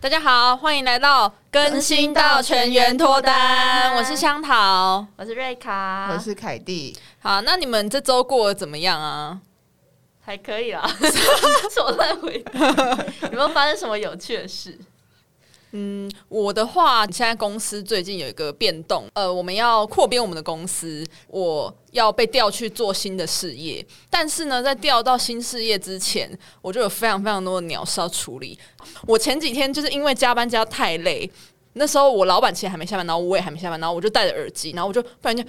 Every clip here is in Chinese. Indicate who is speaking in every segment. Speaker 1: 大家好，欢迎来到更新到全员脱单，我是香桃。
Speaker 2: 我是瑞卡，
Speaker 3: 我是凯蒂，
Speaker 1: 好，那你们这周过得怎么样啊？
Speaker 2: 还可以啦， 什么烂回答？有没有发生什么有趣的事？
Speaker 1: 嗯，我的话，现在公司最近有一个变动，呃，我们要扩编我们的公司，我要被调去做新的事业。但是呢，在调到新事业之前，我就有非常非常多的鸟事要处理。我前几天就是因为加班加太累，那时候我老板其实还没下班，然后我也还没下班，然后我就戴着耳机，然后我就不然就。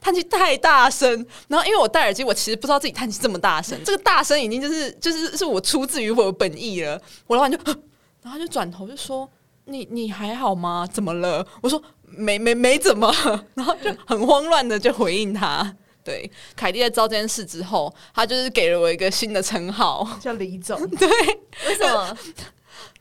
Speaker 1: 叹气太大声，然后因为我戴耳机，我其实不知道自己叹气这么大声，这个大声已经就是就是是我出自于我的本意了。我老板就， 然后他就转头就说：“你你还好吗？怎么了？”我说：“没没没怎么。” 然后就很慌乱的就回应他。对，凯蒂在知道这件事之后，他就是给了我一个新的称号，
Speaker 3: 叫李总，
Speaker 2: 为什么？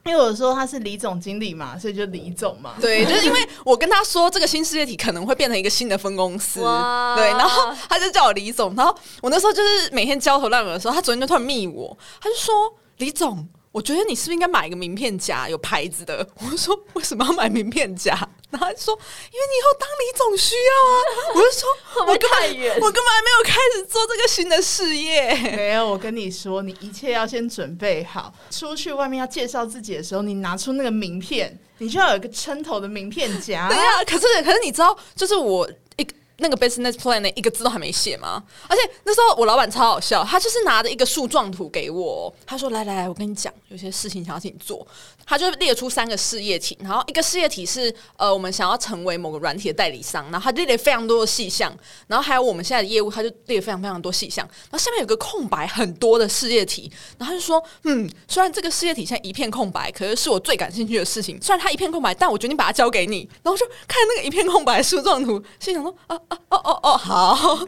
Speaker 3: 因为我说他是李总经理嘛，所以就李总嘛。
Speaker 1: 对，就是因为我跟他说这个新事业体可能会变成一个新的分公司，
Speaker 2: 哇
Speaker 1: 对，然后他就叫我李总，然后我那时候就是每天焦头烂额的时候，他昨天就突然密我，他就说李总。我觉得你是不是应该买一个名片夹，有牌子的？ 我就说为什么要买名片夹？然后他就说因为你以后当李总需要啊。我 就说
Speaker 2: 会不
Speaker 1: 我
Speaker 2: 会
Speaker 1: 根本
Speaker 2: 太远？
Speaker 1: 我根本还没有开始做这个新的事业。
Speaker 3: 没有，我跟你说，你一切要先准备好。出去外面要介绍自己的时候，你拿出那个名片，你就要有一个撑头的名片夹
Speaker 1: 对。啊，可是可是你知道，就是我一个那个 business plan 的一个字都还没写吗？而且那时候我老板超好笑，他就是拿着一个树状图给我，他说：“来来来，我跟你讲，有些事情想要请你做。”他就列出三个事业体，然后一个事业体是呃，我们想要成为某个软体的代理商，然后他列了非常多的细项，然后还有我们现在的业务，他就列了非常非常多细项，然后下面有个空白很多的事业体，然后他就说：“嗯，虽然这个事业体现在一片空白，可是是我最感兴趣的事情。虽然它一片空白，但我决定把它交给你。”然后我就看那个一片空白的树状图，心想说：“啊啊哦哦哦，好。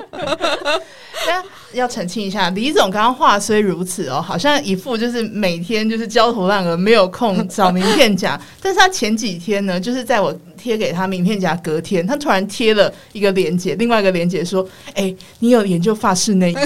Speaker 3: 但哎要澄清一下，李总刚刚话虽如此哦，好像一副就是每天就是焦头烂额，没有空找名 片夹。但是他前几天呢，就是在我贴给他名片夹隔天，他突然贴了一个链接，另外一个链接说：“哎、你有研究发饰内衣吗？”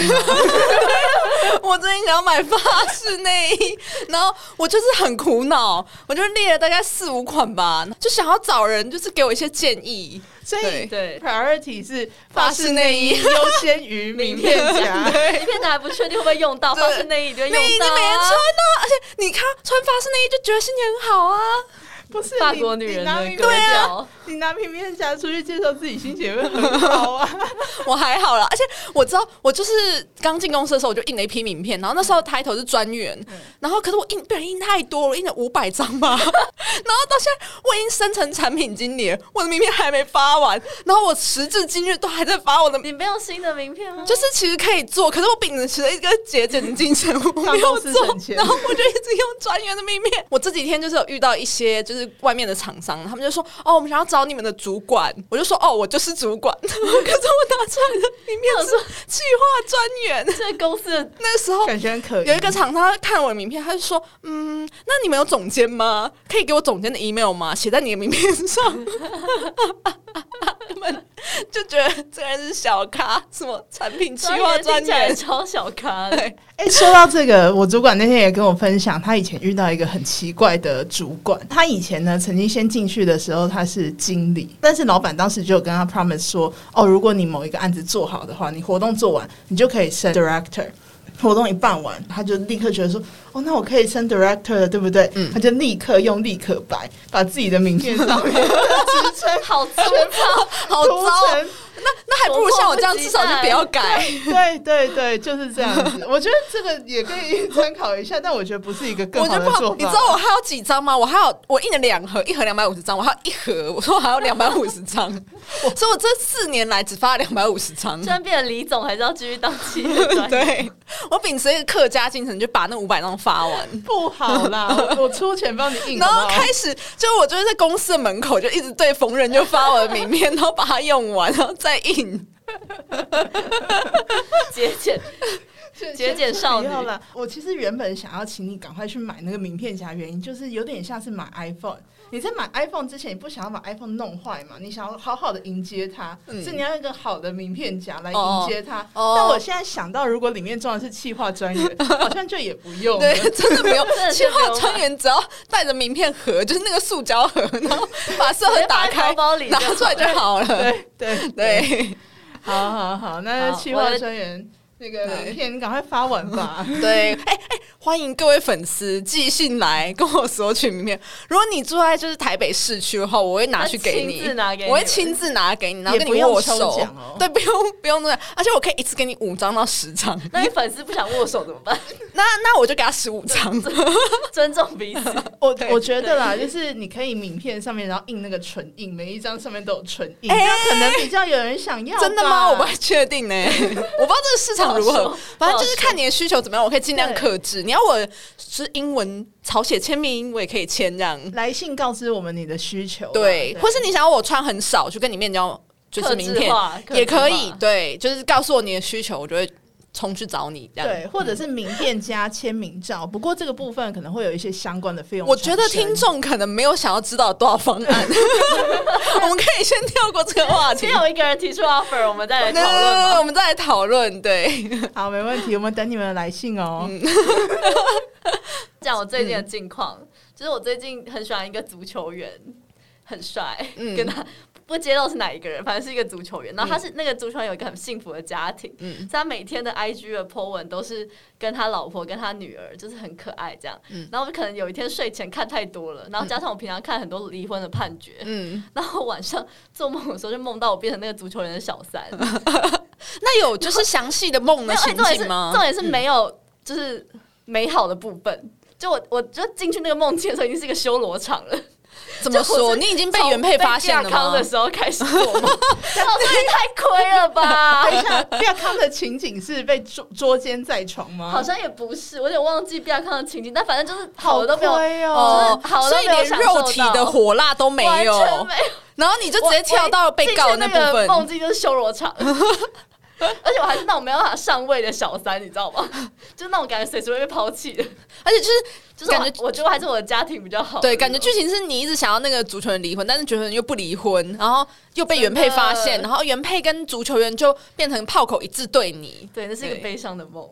Speaker 1: 我最近想要买发饰内衣，然后我就是很苦恼，我就列了大概四五款吧，就想要找人就是给我一些建议。
Speaker 3: 所以
Speaker 1: 对
Speaker 2: 对
Speaker 3: priority 是
Speaker 1: 发
Speaker 3: 发
Speaker 1: 饰
Speaker 3: 饰
Speaker 1: 内
Speaker 3: 内
Speaker 1: 衣
Speaker 3: 衣优先于名片夹。
Speaker 2: 一片的还不确定会不会用到，
Speaker 1: 对
Speaker 2: 发现内衣就会
Speaker 1: 内衣
Speaker 2: 用
Speaker 1: 就
Speaker 2: 到、
Speaker 1: 没人穿
Speaker 2: 啊。
Speaker 1: 啊，而且你看穿发饰内衣就觉得心情很好啊。
Speaker 3: 不是
Speaker 2: 法
Speaker 3: 你
Speaker 2: 国女人
Speaker 3: 你拿
Speaker 2: 的
Speaker 3: 名
Speaker 2: 格
Speaker 3: 片
Speaker 2: 调，
Speaker 3: 你拿名片夹出去介绍自己心情会很好啊。
Speaker 1: 我还好啦，而且我知道，我就是刚进公司的时候，我就印了一批名片，然后那时候抬头是专员，然后可是我印不然印太多了，我印了五百张 吧，然后到现在我已经升成产品经理了，我的名片还没发完，然后我时至今日都还在发我的。
Speaker 2: 你没有新的名片吗？
Speaker 1: 就是其实可以做，可是我秉持了一个节俭的精神，我没有
Speaker 3: 公司
Speaker 1: 做
Speaker 3: 省，钱
Speaker 1: 然后我就一直用专员的名片。我这几天就是有遇到一些就是外面的厂商，他们就说哦，我们想要找你们的主管，我就说哦，我就是主管， 可是我拿出来的名片是企划专员。
Speaker 2: 这个公司的
Speaker 1: 那时候
Speaker 3: 感觉很可疑
Speaker 1: 有一个厂商看我的名片，他就说嗯，那你们有总监吗？可以给我总监的 email 吗？写在你的名片上。 他们就觉得这个人是小咖，什么产品企划专
Speaker 2: 啊听起来
Speaker 1: 员，
Speaker 2: 超小咖的，
Speaker 1: 对，
Speaker 3: 哎、说到这个，我主管那天也跟我分享，他以前遇到一个很奇怪的主管。他以前呢，曾经先进去的时候他是经理，但是老板当时就有跟他 promise 说，哦，如果你某一个案子做好的话，你活动做完，你就可以升 director。活动一办完，他就立刻觉得说：“哦，那我可以升 director 了，对不对？”
Speaker 1: 嗯
Speaker 3: 他就立刻用立可白把自己的名片上面
Speaker 2: 职称 好粗糙，
Speaker 1: 好
Speaker 3: 涂
Speaker 1: 糟。哦
Speaker 3: 成
Speaker 1: 那那还不如像我这样，至少就不要改。
Speaker 3: 对对对，就是这样子。我觉得这个也可以参考一下，但我觉得不是一个更
Speaker 1: 我
Speaker 3: 好
Speaker 1: 就不
Speaker 3: 的做
Speaker 1: 好，
Speaker 3: 法。
Speaker 1: 你知道我还有几张吗？我还有我印了两盒，一盒两百五十张，我还有一盒，我说我还有两百五十张，所以我这四年来只发了两百五十张
Speaker 2: 虽。然变成李总，还是要继续当企业专员。
Speaker 1: 对，我秉持一个客家精神，就把那五百张发完。
Speaker 3: 不好啦， 我我出钱帮你印
Speaker 1: 然
Speaker 3: 好不好，
Speaker 1: 后开始，就我就是在公司的门口就一直对逢人就发我的名片，然后 把它用完，然后再印。
Speaker 2: 节俭，节俭少
Speaker 3: 不
Speaker 2: 女。
Speaker 3: 要了。我其实原本想要请你赶快去买那个名片夹，原因就是有点像是买 iPhone。你在买 iPhone 之前，你不想要把 iPhone 弄坏嘛？你想要好好的迎接它，
Speaker 1: 嗯
Speaker 3: 所以你要用一个好的名片夹来
Speaker 1: 哦
Speaker 3: 迎接它。
Speaker 1: 哦
Speaker 3: 但我现在想到，如果里面装的是企划专 员，好像就也不用了。
Speaker 1: 对，真的不用
Speaker 2: 真的
Speaker 1: 企
Speaker 2: 是不
Speaker 1: 划
Speaker 2: 用
Speaker 1: 专员只要带着名片盒，就是那个塑胶盒，然后把色盒打
Speaker 2: 直接放在
Speaker 1: 开
Speaker 2: 包包里，
Speaker 1: 拿
Speaker 2: 就好
Speaker 1: 出来就好了。
Speaker 3: 对对对，
Speaker 1: 对
Speaker 3: 好好好，那
Speaker 2: 好
Speaker 3: 企
Speaker 2: 我
Speaker 3: 划
Speaker 2: 的
Speaker 3: 专员那个
Speaker 1: 对
Speaker 3: 名片，你赶快发完吧。
Speaker 1: 对，哎哎，欢迎各位粉丝寄信来跟我索取名片。如果你住在就是台北市区的话，我会拿去给
Speaker 2: 他
Speaker 1: 你
Speaker 2: 亲自拿给，你
Speaker 1: 我会亲自拿给你，然后
Speaker 3: 也
Speaker 1: 跟
Speaker 3: 不
Speaker 1: 你
Speaker 3: 用
Speaker 1: 握
Speaker 3: 抽
Speaker 1: 手
Speaker 3: 奖哦。
Speaker 1: 对，不用不用那样，而且我可以一次给你五张到十张，
Speaker 2: 那你粉丝不想握手怎么办？
Speaker 1: 那那我就给他十五张。
Speaker 2: 尊重彼此。
Speaker 3: 我
Speaker 1: 对
Speaker 3: 我觉得啦，就是你可以名片上面，然后印那个唇印，每一张上面都有唇印，
Speaker 1: 哎
Speaker 3: 这样可能比较有人想要吧。
Speaker 1: 真的吗？我不太确定 呢、我不知道这个市场如
Speaker 2: 啊不好
Speaker 1: 何
Speaker 2: 说，
Speaker 1: 反正就是看你的需求怎么样，我可以尽量克制。你要我是英文草写签名，我也可以签这样，
Speaker 3: 来信告知我们你的需求啦，
Speaker 1: 对，或是你想要我穿很少，就跟你面交就是名
Speaker 2: 克制
Speaker 1: 片
Speaker 2: 化
Speaker 1: 也可
Speaker 2: 克制
Speaker 1: 以
Speaker 2: 化，
Speaker 1: 对，就是告诉我你的需求，我就会冲去找你这样。嗯
Speaker 3: 对，或者是名片加签名照。不过这个部分可能会有一些相关的费用
Speaker 1: 我
Speaker 3: 产生。
Speaker 1: 觉得听众可能没有想要知道多少方 案， 我们可以先跳过这个话题
Speaker 2: 先。有一个人提出 offer，我们 再来讨
Speaker 1: 对对对
Speaker 2: 论
Speaker 1: 对
Speaker 2: 吧。
Speaker 1: 我们再来讨论。对，
Speaker 3: 好，没问题，我们等你们的来信哦。
Speaker 1: 嗯
Speaker 2: 讲我最近的近况，就是我最近很喜欢一个足球员，很帅，
Speaker 1: 嗯
Speaker 2: 跟他不揭露是哪一个人，反正是一个足球员。然后他是、那个足球员有一个很幸福的家庭，
Speaker 1: 嗯
Speaker 2: 所以他每天的 IG 的 po 文都是跟他老婆跟他女儿，就是很可爱这样。
Speaker 1: 嗯
Speaker 2: 然后我可能有一天睡前看太多了，然后加上我平常看很多离婚的判决，
Speaker 1: 嗯，
Speaker 2: 然后晚上做梦的时候就梦到我变成那个足球人的小 三，
Speaker 1: 那有就是详细的梦的
Speaker 2: 没有，哎
Speaker 1: 情
Speaker 2: 而且重点是
Speaker 1: 境吗
Speaker 2: 重？点是没有，就是美好的部分。就我，我就进去那个梦境的时候，已经是一个修罗场了。
Speaker 1: 怎么
Speaker 2: 就我
Speaker 1: 说？
Speaker 2: 是
Speaker 1: 你已经被原配发现了
Speaker 2: 从被亚康
Speaker 1: 吗
Speaker 2: 的？时候开始做 梦，哦这也太亏了吧！
Speaker 3: 等一下，比亚康的情景是被捉捉奸在床吗？
Speaker 2: 好像也不是，我有点忘记比亚康的情景，但反正就是好的都没有，
Speaker 3: 亏
Speaker 2: 哦
Speaker 3: 哦。
Speaker 2: 好了
Speaker 1: 所以连肉体的火辣都没
Speaker 2: 完
Speaker 1: 有，
Speaker 2: 全没有。
Speaker 1: 然后你就直接跳到被告的那部
Speaker 2: 我进去那个梦
Speaker 1: 分。
Speaker 2: 境就是修 罗场，而且我还是那种没办法上位的小三，你知道吗？就是那种感觉随时会被抛弃的，
Speaker 1: 而且就是
Speaker 2: 就是
Speaker 1: 感觉
Speaker 2: 我我觉得还是我的家庭比较好。哦
Speaker 1: 对，感觉剧情是你一直想要那个足球员离婚，但是足球员又不离婚，然后又被原配发现，
Speaker 2: 真的
Speaker 1: 然后原配跟足球员就变成炮口一致对你。
Speaker 2: 对，那是一个
Speaker 1: 对
Speaker 2: 悲伤的梦。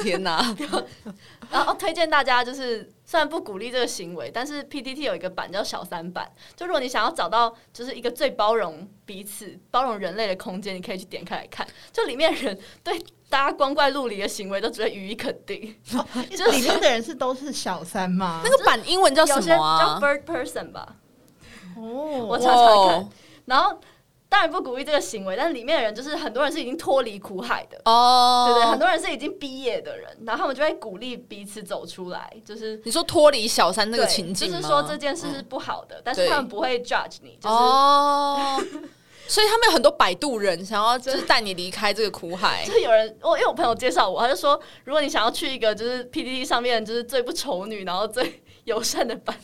Speaker 1: 天哪！
Speaker 2: 然后推荐大家就是，虽然不鼓励这个行为，但是 PTT 有一个版叫小三版，就如果你想要找到就是一个最包容彼此、包容人类的空间，你可以去点开来看，就里面人对大家光怪陆离的行为都只会予以肯定，
Speaker 3: 就哦里面的人是都是小三吗
Speaker 1: 哦那？个版英 文叫什
Speaker 2: 有些
Speaker 1: 么
Speaker 2: 叫
Speaker 1: 啊？
Speaker 2: third person 吧，
Speaker 3: 哦
Speaker 2: 我查查看
Speaker 1: 哦。
Speaker 2: 然后当然不鼓励这个行为，但里面的人就是很多人是已经脱离苦海的。
Speaker 1: 哦，
Speaker 2: 对对，很多人是已经毕业的人，然后他们就会鼓励彼此走出来，就是
Speaker 1: 你说脱离小三那个
Speaker 2: 对
Speaker 1: 情境
Speaker 2: 就
Speaker 1: 吗，嗯
Speaker 2: 是说这件事是不好的，但是
Speaker 1: 对
Speaker 2: 他们不会 judge 你，就是、
Speaker 1: 哦，所以他们有很多摆渡人，想要就是带你离开这个苦 海
Speaker 2: 就。是有人，我因为我朋友介绍我，他就说，如果你想要去一个就是 PDD 上面就是最不丑女，然后最 友善的版，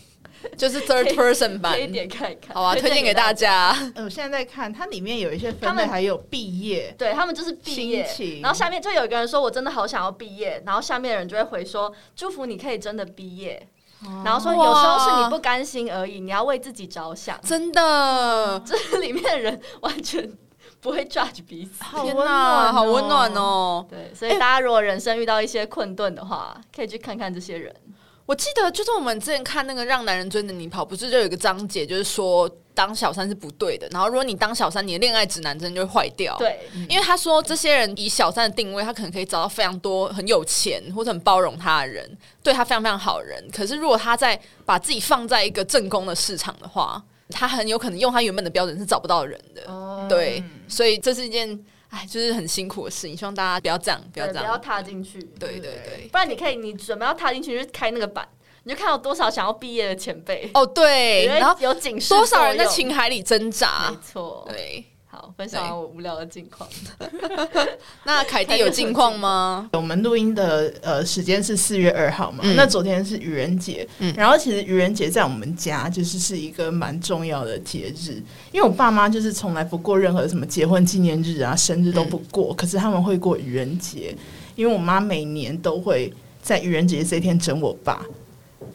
Speaker 1: 就是 third person 版
Speaker 2: 可以。点开看。
Speaker 1: 好啊，推荐给大。家。
Speaker 3: 呃我现在在看，它里面有一些
Speaker 2: 他
Speaker 3: 分类，
Speaker 2: 们
Speaker 3: 还有毕业。
Speaker 2: 对他们就是毕业
Speaker 3: 心，情
Speaker 2: 然后下面就有一个人说：“我真的好想要毕业。”然后下面的人就会回说：“祝福你可以真的毕业。”
Speaker 1: 哦
Speaker 2: 然后说：“有时候是你不甘心而已，你要为自己着想。
Speaker 1: 真的”，
Speaker 2: 这里面的人完全不会 judge 彼此。
Speaker 3: 好
Speaker 1: 天
Speaker 3: 温暖、
Speaker 1: 好温暖！哦！
Speaker 2: 对，所以大家如果人生遇到一些困顿的话，可以去看看这些人。
Speaker 1: 我记得就是我们之前看那个《让男人追着你跑》，不是就有一个章节，就是说当小三是不对的。然后如果你当小三，你的恋爱指南针就会坏掉。。
Speaker 2: 对，
Speaker 1: 因为他说这些人以小三的定位，他可能可以找到非常多很有钱或者很包容他的人，对他非常非常好的人。可是如果他在把自己放在一个正宫的市场的话，他很有可能用他原本的标准是找不到人的。
Speaker 2: 哦
Speaker 1: 对，所以这是一件哎，就是很辛苦的事情。希望大家不要这样，不要
Speaker 2: 对
Speaker 1: 这
Speaker 2: 不要
Speaker 1: 样。
Speaker 2: 踏进去。
Speaker 1: 对对对。
Speaker 2: 不然你可以，你准备要踏进去就是开那个板，你就看到多少想要毕业的前辈，
Speaker 1: 哦，对，
Speaker 2: 你会
Speaker 1: 然后
Speaker 2: 有警示
Speaker 1: 多少人在
Speaker 2: 作用
Speaker 1: 情海里挣扎
Speaker 2: 没？错，
Speaker 1: 对，
Speaker 2: 好，分享完我无聊的近况，
Speaker 1: 那凯蒂有近况吗？
Speaker 3: 我们录音的呃时间是四月二号嘛，
Speaker 1: 嗯
Speaker 3: 那昨天是愚人节，
Speaker 1: 嗯
Speaker 3: 然后其实愚人节在我们家就是是一个蛮重要的节日，因为我爸妈就是
Speaker 1: 嗯
Speaker 3: 从来不过任何什么结婚纪念日啊、生日都不过，可是他们会过愚人节。因为我妈每年都会在愚人节这天整我爸，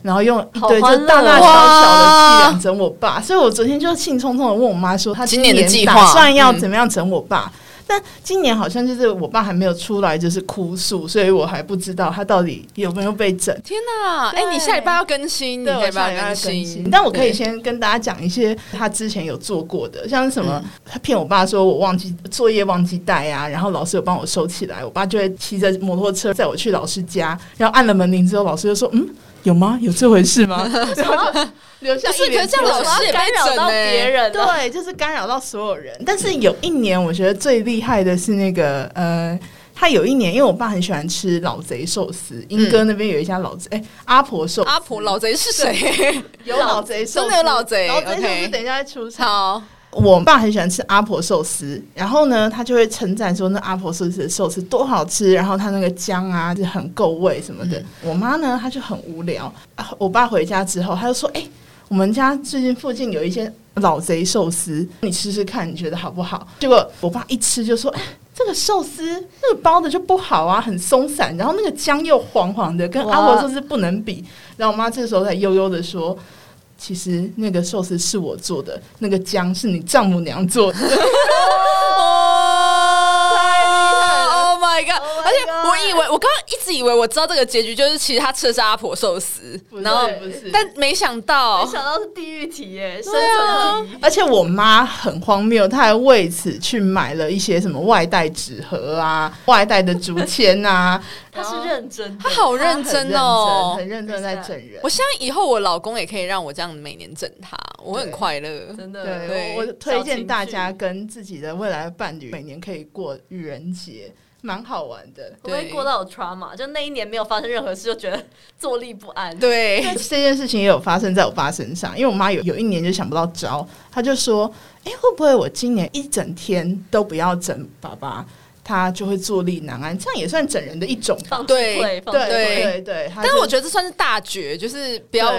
Speaker 3: 然后用一
Speaker 2: 好
Speaker 3: 堆就
Speaker 2: 欢乐
Speaker 3: 大大小小的
Speaker 1: 哇
Speaker 3: 伎俩整我爸，所以我昨天就兴冲冲的问我妈说，她
Speaker 1: 今年的计划
Speaker 3: 打算要
Speaker 1: 嗯
Speaker 3: 怎么样整我爸。但今年好像就是我爸还没有出来，就是哭诉，所以我还不知道他到底有没有被整。
Speaker 1: 天哪！哎、
Speaker 2: 对
Speaker 1: 你下礼拜要更新，你
Speaker 3: 对，
Speaker 1: 下
Speaker 3: 我
Speaker 1: 礼拜要
Speaker 3: 要
Speaker 1: 新，
Speaker 3: 但我可以
Speaker 1: 对
Speaker 3: 先跟大家讲一些他之前有做过的，像是什
Speaker 1: 嗯
Speaker 3: 么他骗我爸说我忘记作业忘记带啊，然后老师有帮我收起来，我爸就会骑着摩托车载我去老师家，然后按了门铃之后，老师就说嗯。有吗？有这回 事吗？然后就留下
Speaker 1: 不是
Speaker 3: 一脸
Speaker 1: 可是这样老
Speaker 3: 错愕
Speaker 1: 师也被
Speaker 2: 干扰
Speaker 1: 整
Speaker 2: 到
Speaker 1: 欸
Speaker 2: 别人了，
Speaker 3: 对，就是干扰到所有人。但是有一年，我觉得最厉害的是那个呃，他有一年，因为我爸很喜欢吃老贼寿司，英哥那边有一家老贼，哎、阿婆寿司
Speaker 1: 阿婆老贼是谁？
Speaker 3: 有老贼寿司，
Speaker 1: 真的有老贼
Speaker 3: 老贼寿司
Speaker 1: OK
Speaker 3: 等一下再出 场。
Speaker 1: 好，
Speaker 3: 我爸很喜欢吃阿婆寿司，然后呢，他就会称赞说那阿婆寿司的寿司多好吃，然后他那个姜啊就很够味什么的。我妈呢，她就很无聊，啊我爸回家之后，他就说：“哎、我们家最近附近有一间老贼寿司，你吃吃看，你觉得好不好？”结果我爸一吃就说：“哎、这个寿司那个包的就不好啊，很松散，然后那个姜又黄黄的，跟阿婆
Speaker 2: 哇
Speaker 3: 寿司不能比。”然后我妈这时候才悠悠的说。其实那个寿司是我做的，那个姜是你丈母娘做 的。
Speaker 1: 哦，Oh my god！
Speaker 2: Oh my
Speaker 1: 而且我
Speaker 2: god
Speaker 1: 以为我刚刚一直以为我知道这个结局，就是其实他吃的是阿婆寿司，然后
Speaker 3: 对不是，
Speaker 1: 但没想到
Speaker 2: 没，想到是地狱题耶，生
Speaker 1: 对啊
Speaker 2: 存题。
Speaker 3: 而且我妈很荒谬，她还为此去买了一些什么外带纸盒啊、外带的竹签啊，
Speaker 2: 他是认真的
Speaker 1: 他，好认真哦啊
Speaker 3: 她。很认真很认真地在整人
Speaker 1: 我。相信以后我老公也可以让我这样每年整他，我会很快乐。
Speaker 2: 真的。
Speaker 3: 对，
Speaker 1: 对
Speaker 3: 我我推荐大
Speaker 2: 小
Speaker 3: 家
Speaker 2: 情
Speaker 3: 跟自己的未来伴侣每年可以过愚人节，蛮好玩的。
Speaker 2: 我会
Speaker 1: 对
Speaker 2: 过到有 trauma，就那一年没有发生任何事，就觉得坐立不安。
Speaker 1: 对，
Speaker 3: 这件事情也有发生在我爸身上，因为我妈有有一年就想不到招，她就说：“哎、会不会我今年一整天都不要整爸爸，他就会坐立难安？这样也算整人的一种吧
Speaker 2: 放弃
Speaker 1: 对
Speaker 2: 会，？”放
Speaker 3: 对
Speaker 2: 弃会
Speaker 3: 对对，但
Speaker 1: 但是我觉得这算是大绝，就是不
Speaker 3: 不
Speaker 1: 要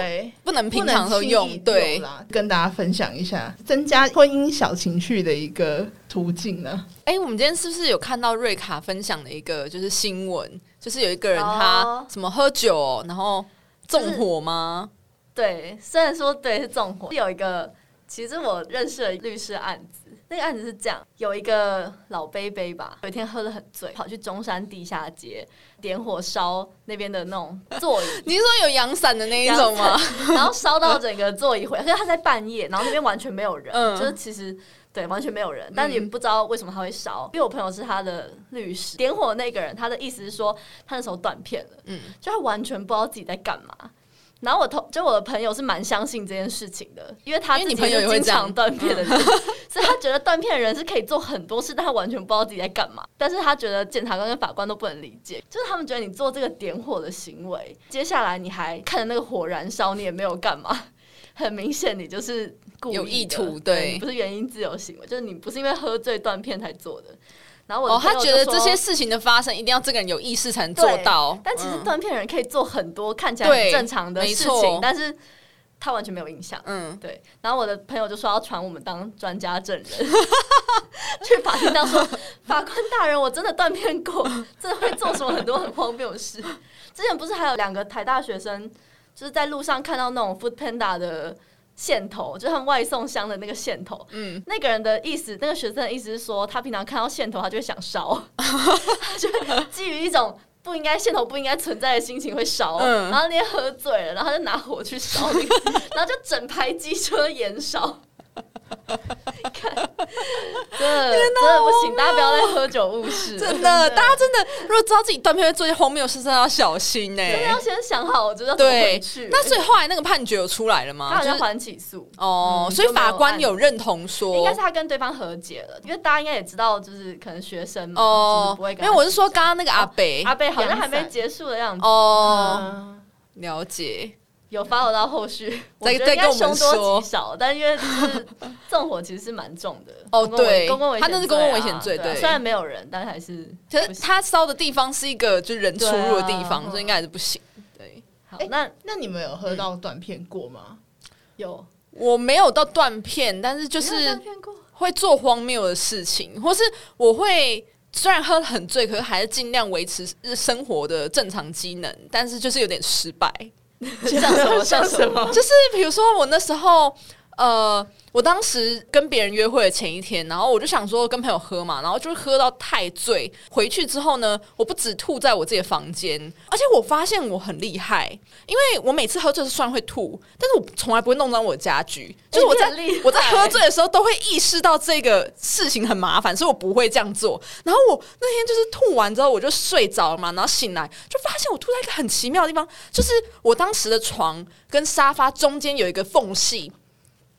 Speaker 1: 不能平常的时候用，对，
Speaker 3: 啦，跟大家分享一下增加婚姻小情绪的一个途径呢。
Speaker 1: 哎、我们今天是不是有看到瑞卡分享的一个就是新闻，就是有一个人
Speaker 2: 哦
Speaker 1: 他什么喝酒、然后
Speaker 2: 就
Speaker 1: 纵
Speaker 2: 是
Speaker 1: 火吗？
Speaker 2: 对，虽然说对是纵火，有一个其实我认识的律师案子，那个案子是这样：有一个老贝贝吧，有一天喝得很醉，跑去中山地下街点火烧那边的那种 座椅，
Speaker 1: 你是说有阳伞的那一种吗？
Speaker 2: 然后烧到整个座椅毁，可是他在半夜，然后那边完全没有人，
Speaker 1: 嗯
Speaker 2: 就是其实。对，完全没有人，但也不知道为什么他会烧。因为我朋友是他的律师，点火的那个人，他的意思是说他那时候断片了，
Speaker 1: 嗯
Speaker 2: 就他完全不知道自己在干嘛。然后我同就我的朋友是蛮相信这件事情的，因为他
Speaker 1: 因
Speaker 2: 自
Speaker 1: 为
Speaker 2: 己
Speaker 1: 你朋友
Speaker 2: 是
Speaker 1: 也会
Speaker 2: 经
Speaker 1: 这样
Speaker 2: 常断片 的人，所以他觉得断片的人是可以做很多事，但他完全不知道自己在干嘛。但是他觉得检察官跟法官都不能理解，就是他们觉得你做这个点火的行为，接下来你还看着那个火燃烧，你也没有干嘛， 很明显你就是故
Speaker 1: 有
Speaker 2: 意
Speaker 1: 意
Speaker 2: 的
Speaker 1: 图
Speaker 2: 对，
Speaker 1: 对
Speaker 2: 你不是原因自由行为，就是你不是因为喝醉断片才做的。然后我的
Speaker 1: 哦，他
Speaker 2: 朋友
Speaker 1: 觉
Speaker 2: 就
Speaker 1: 得
Speaker 2: 说
Speaker 1: 这些事情的发生一定要这个人有意识才能
Speaker 2: 对
Speaker 1: 做到，
Speaker 2: 但其实
Speaker 1: 嗯
Speaker 2: 断片人可以做很多看起来很
Speaker 1: 对
Speaker 2: 正常的
Speaker 1: 没
Speaker 2: 事情
Speaker 1: 错，
Speaker 2: 但是他完全没有印象。
Speaker 1: 嗯，
Speaker 2: 对，然后我的朋友就说要传我们当专家证人， 去法庭当说 法官大人，我真的断片过， 真的会做什么很多很荒谬的事。之前不是还有两个台大学生，就是在路上看到那种 Food Panda 的线头，就是他们外送箱的那个线头，嗯
Speaker 1: 嗯，
Speaker 2: 那个人的意思，那个学生的意思是说，他平常看到线头，他就会想 烧，就基于一种。不应该线头不应该存在的心情会烧，
Speaker 1: 嗯
Speaker 2: 然后那天喝醉了，然后他就拿火去烧那个， 然后就整排机车燃烧。看，真的真的不行，大家不要再喝酒误事了，
Speaker 1: 真的，大家真的如果知道自己断片会做一些荒谬的事，真的要小心呢、
Speaker 2: 真的要先想好，我觉得要怎么回
Speaker 1: 对
Speaker 2: 去，。
Speaker 1: 那所以后来那个判决有出来了
Speaker 2: 他
Speaker 1: 吗？
Speaker 2: 好
Speaker 1: 就
Speaker 2: 像
Speaker 1: 是
Speaker 2: 还起诉，
Speaker 1: 哦，
Speaker 2: 嗯
Speaker 1: 所以
Speaker 2: 就没有
Speaker 1: 法官
Speaker 2: 按
Speaker 1: 有认同说，
Speaker 2: 应该是他跟对方和解了，因为大家应该也知道，就是可能学生嘛，嗯就是
Speaker 1: 哦
Speaker 2: 不会，
Speaker 1: 因
Speaker 2: 跟他。
Speaker 1: 为我是说刚刚那个阿北，
Speaker 2: 阿贝好像
Speaker 3: 阳
Speaker 2: 还没
Speaker 3: 伞
Speaker 2: 结束的样子，
Speaker 1: 哦，
Speaker 3: 嗯，
Speaker 1: 了解，
Speaker 2: 有 follow 到 后续，我
Speaker 1: 再
Speaker 2: 觉得
Speaker 1: 再
Speaker 2: 应该
Speaker 1: 跟我
Speaker 2: 凶
Speaker 1: 们
Speaker 2: 多
Speaker 1: 说
Speaker 2: 吉少，但因为就是纵火其实是蛮重的
Speaker 1: 哦
Speaker 2: 公共危
Speaker 1: 对
Speaker 2: 公共危
Speaker 1: 他
Speaker 2: 险罪啊，
Speaker 1: 那是公共危险罪
Speaker 2: 对啊，
Speaker 1: 对
Speaker 2: 虽然没有人，但还是
Speaker 1: 可是
Speaker 2: 不行
Speaker 1: 他烧的地方是一个就是人出入的地
Speaker 2: 对
Speaker 1: 方，
Speaker 2: 啊
Speaker 1: 所以应该还是不行。对，
Speaker 2: 好
Speaker 3: 哎
Speaker 2: 那
Speaker 3: 那你们有喝到断片过 吗？
Speaker 2: 有
Speaker 1: 我没有到断片，但是就
Speaker 2: 没有
Speaker 1: 是
Speaker 2: 断片过
Speaker 1: 会做荒谬的事情，或是我会。虽然喝得很醉，可是还是尽量维持日生活的正常机能，但是就是有点失败。
Speaker 2: 像什么
Speaker 3: 像
Speaker 2: 像
Speaker 3: 什
Speaker 2: 什
Speaker 3: 么
Speaker 2: 么？
Speaker 1: 就是比如说我那时候，呃，我当时跟别人约会的前一天，然后我就想说跟朋友喝嘛，然后就是喝到太醉，回去之后呢，我不止吐在我自己的房间，而且我发现我很厉害，因为我每次喝醉虽然会吐，但是我从来不会弄脏我的家具，就是我在
Speaker 2: 哎你很厉害
Speaker 1: 我在喝醉的时候都会意识到这个事情很麻烦，所以我不会这样做。然后我那天就是吐完之后我就睡着了嘛，然后醒来就发现我吐在一个很奇妙的地方，就是我当时的床跟沙发中间有一个缝隙。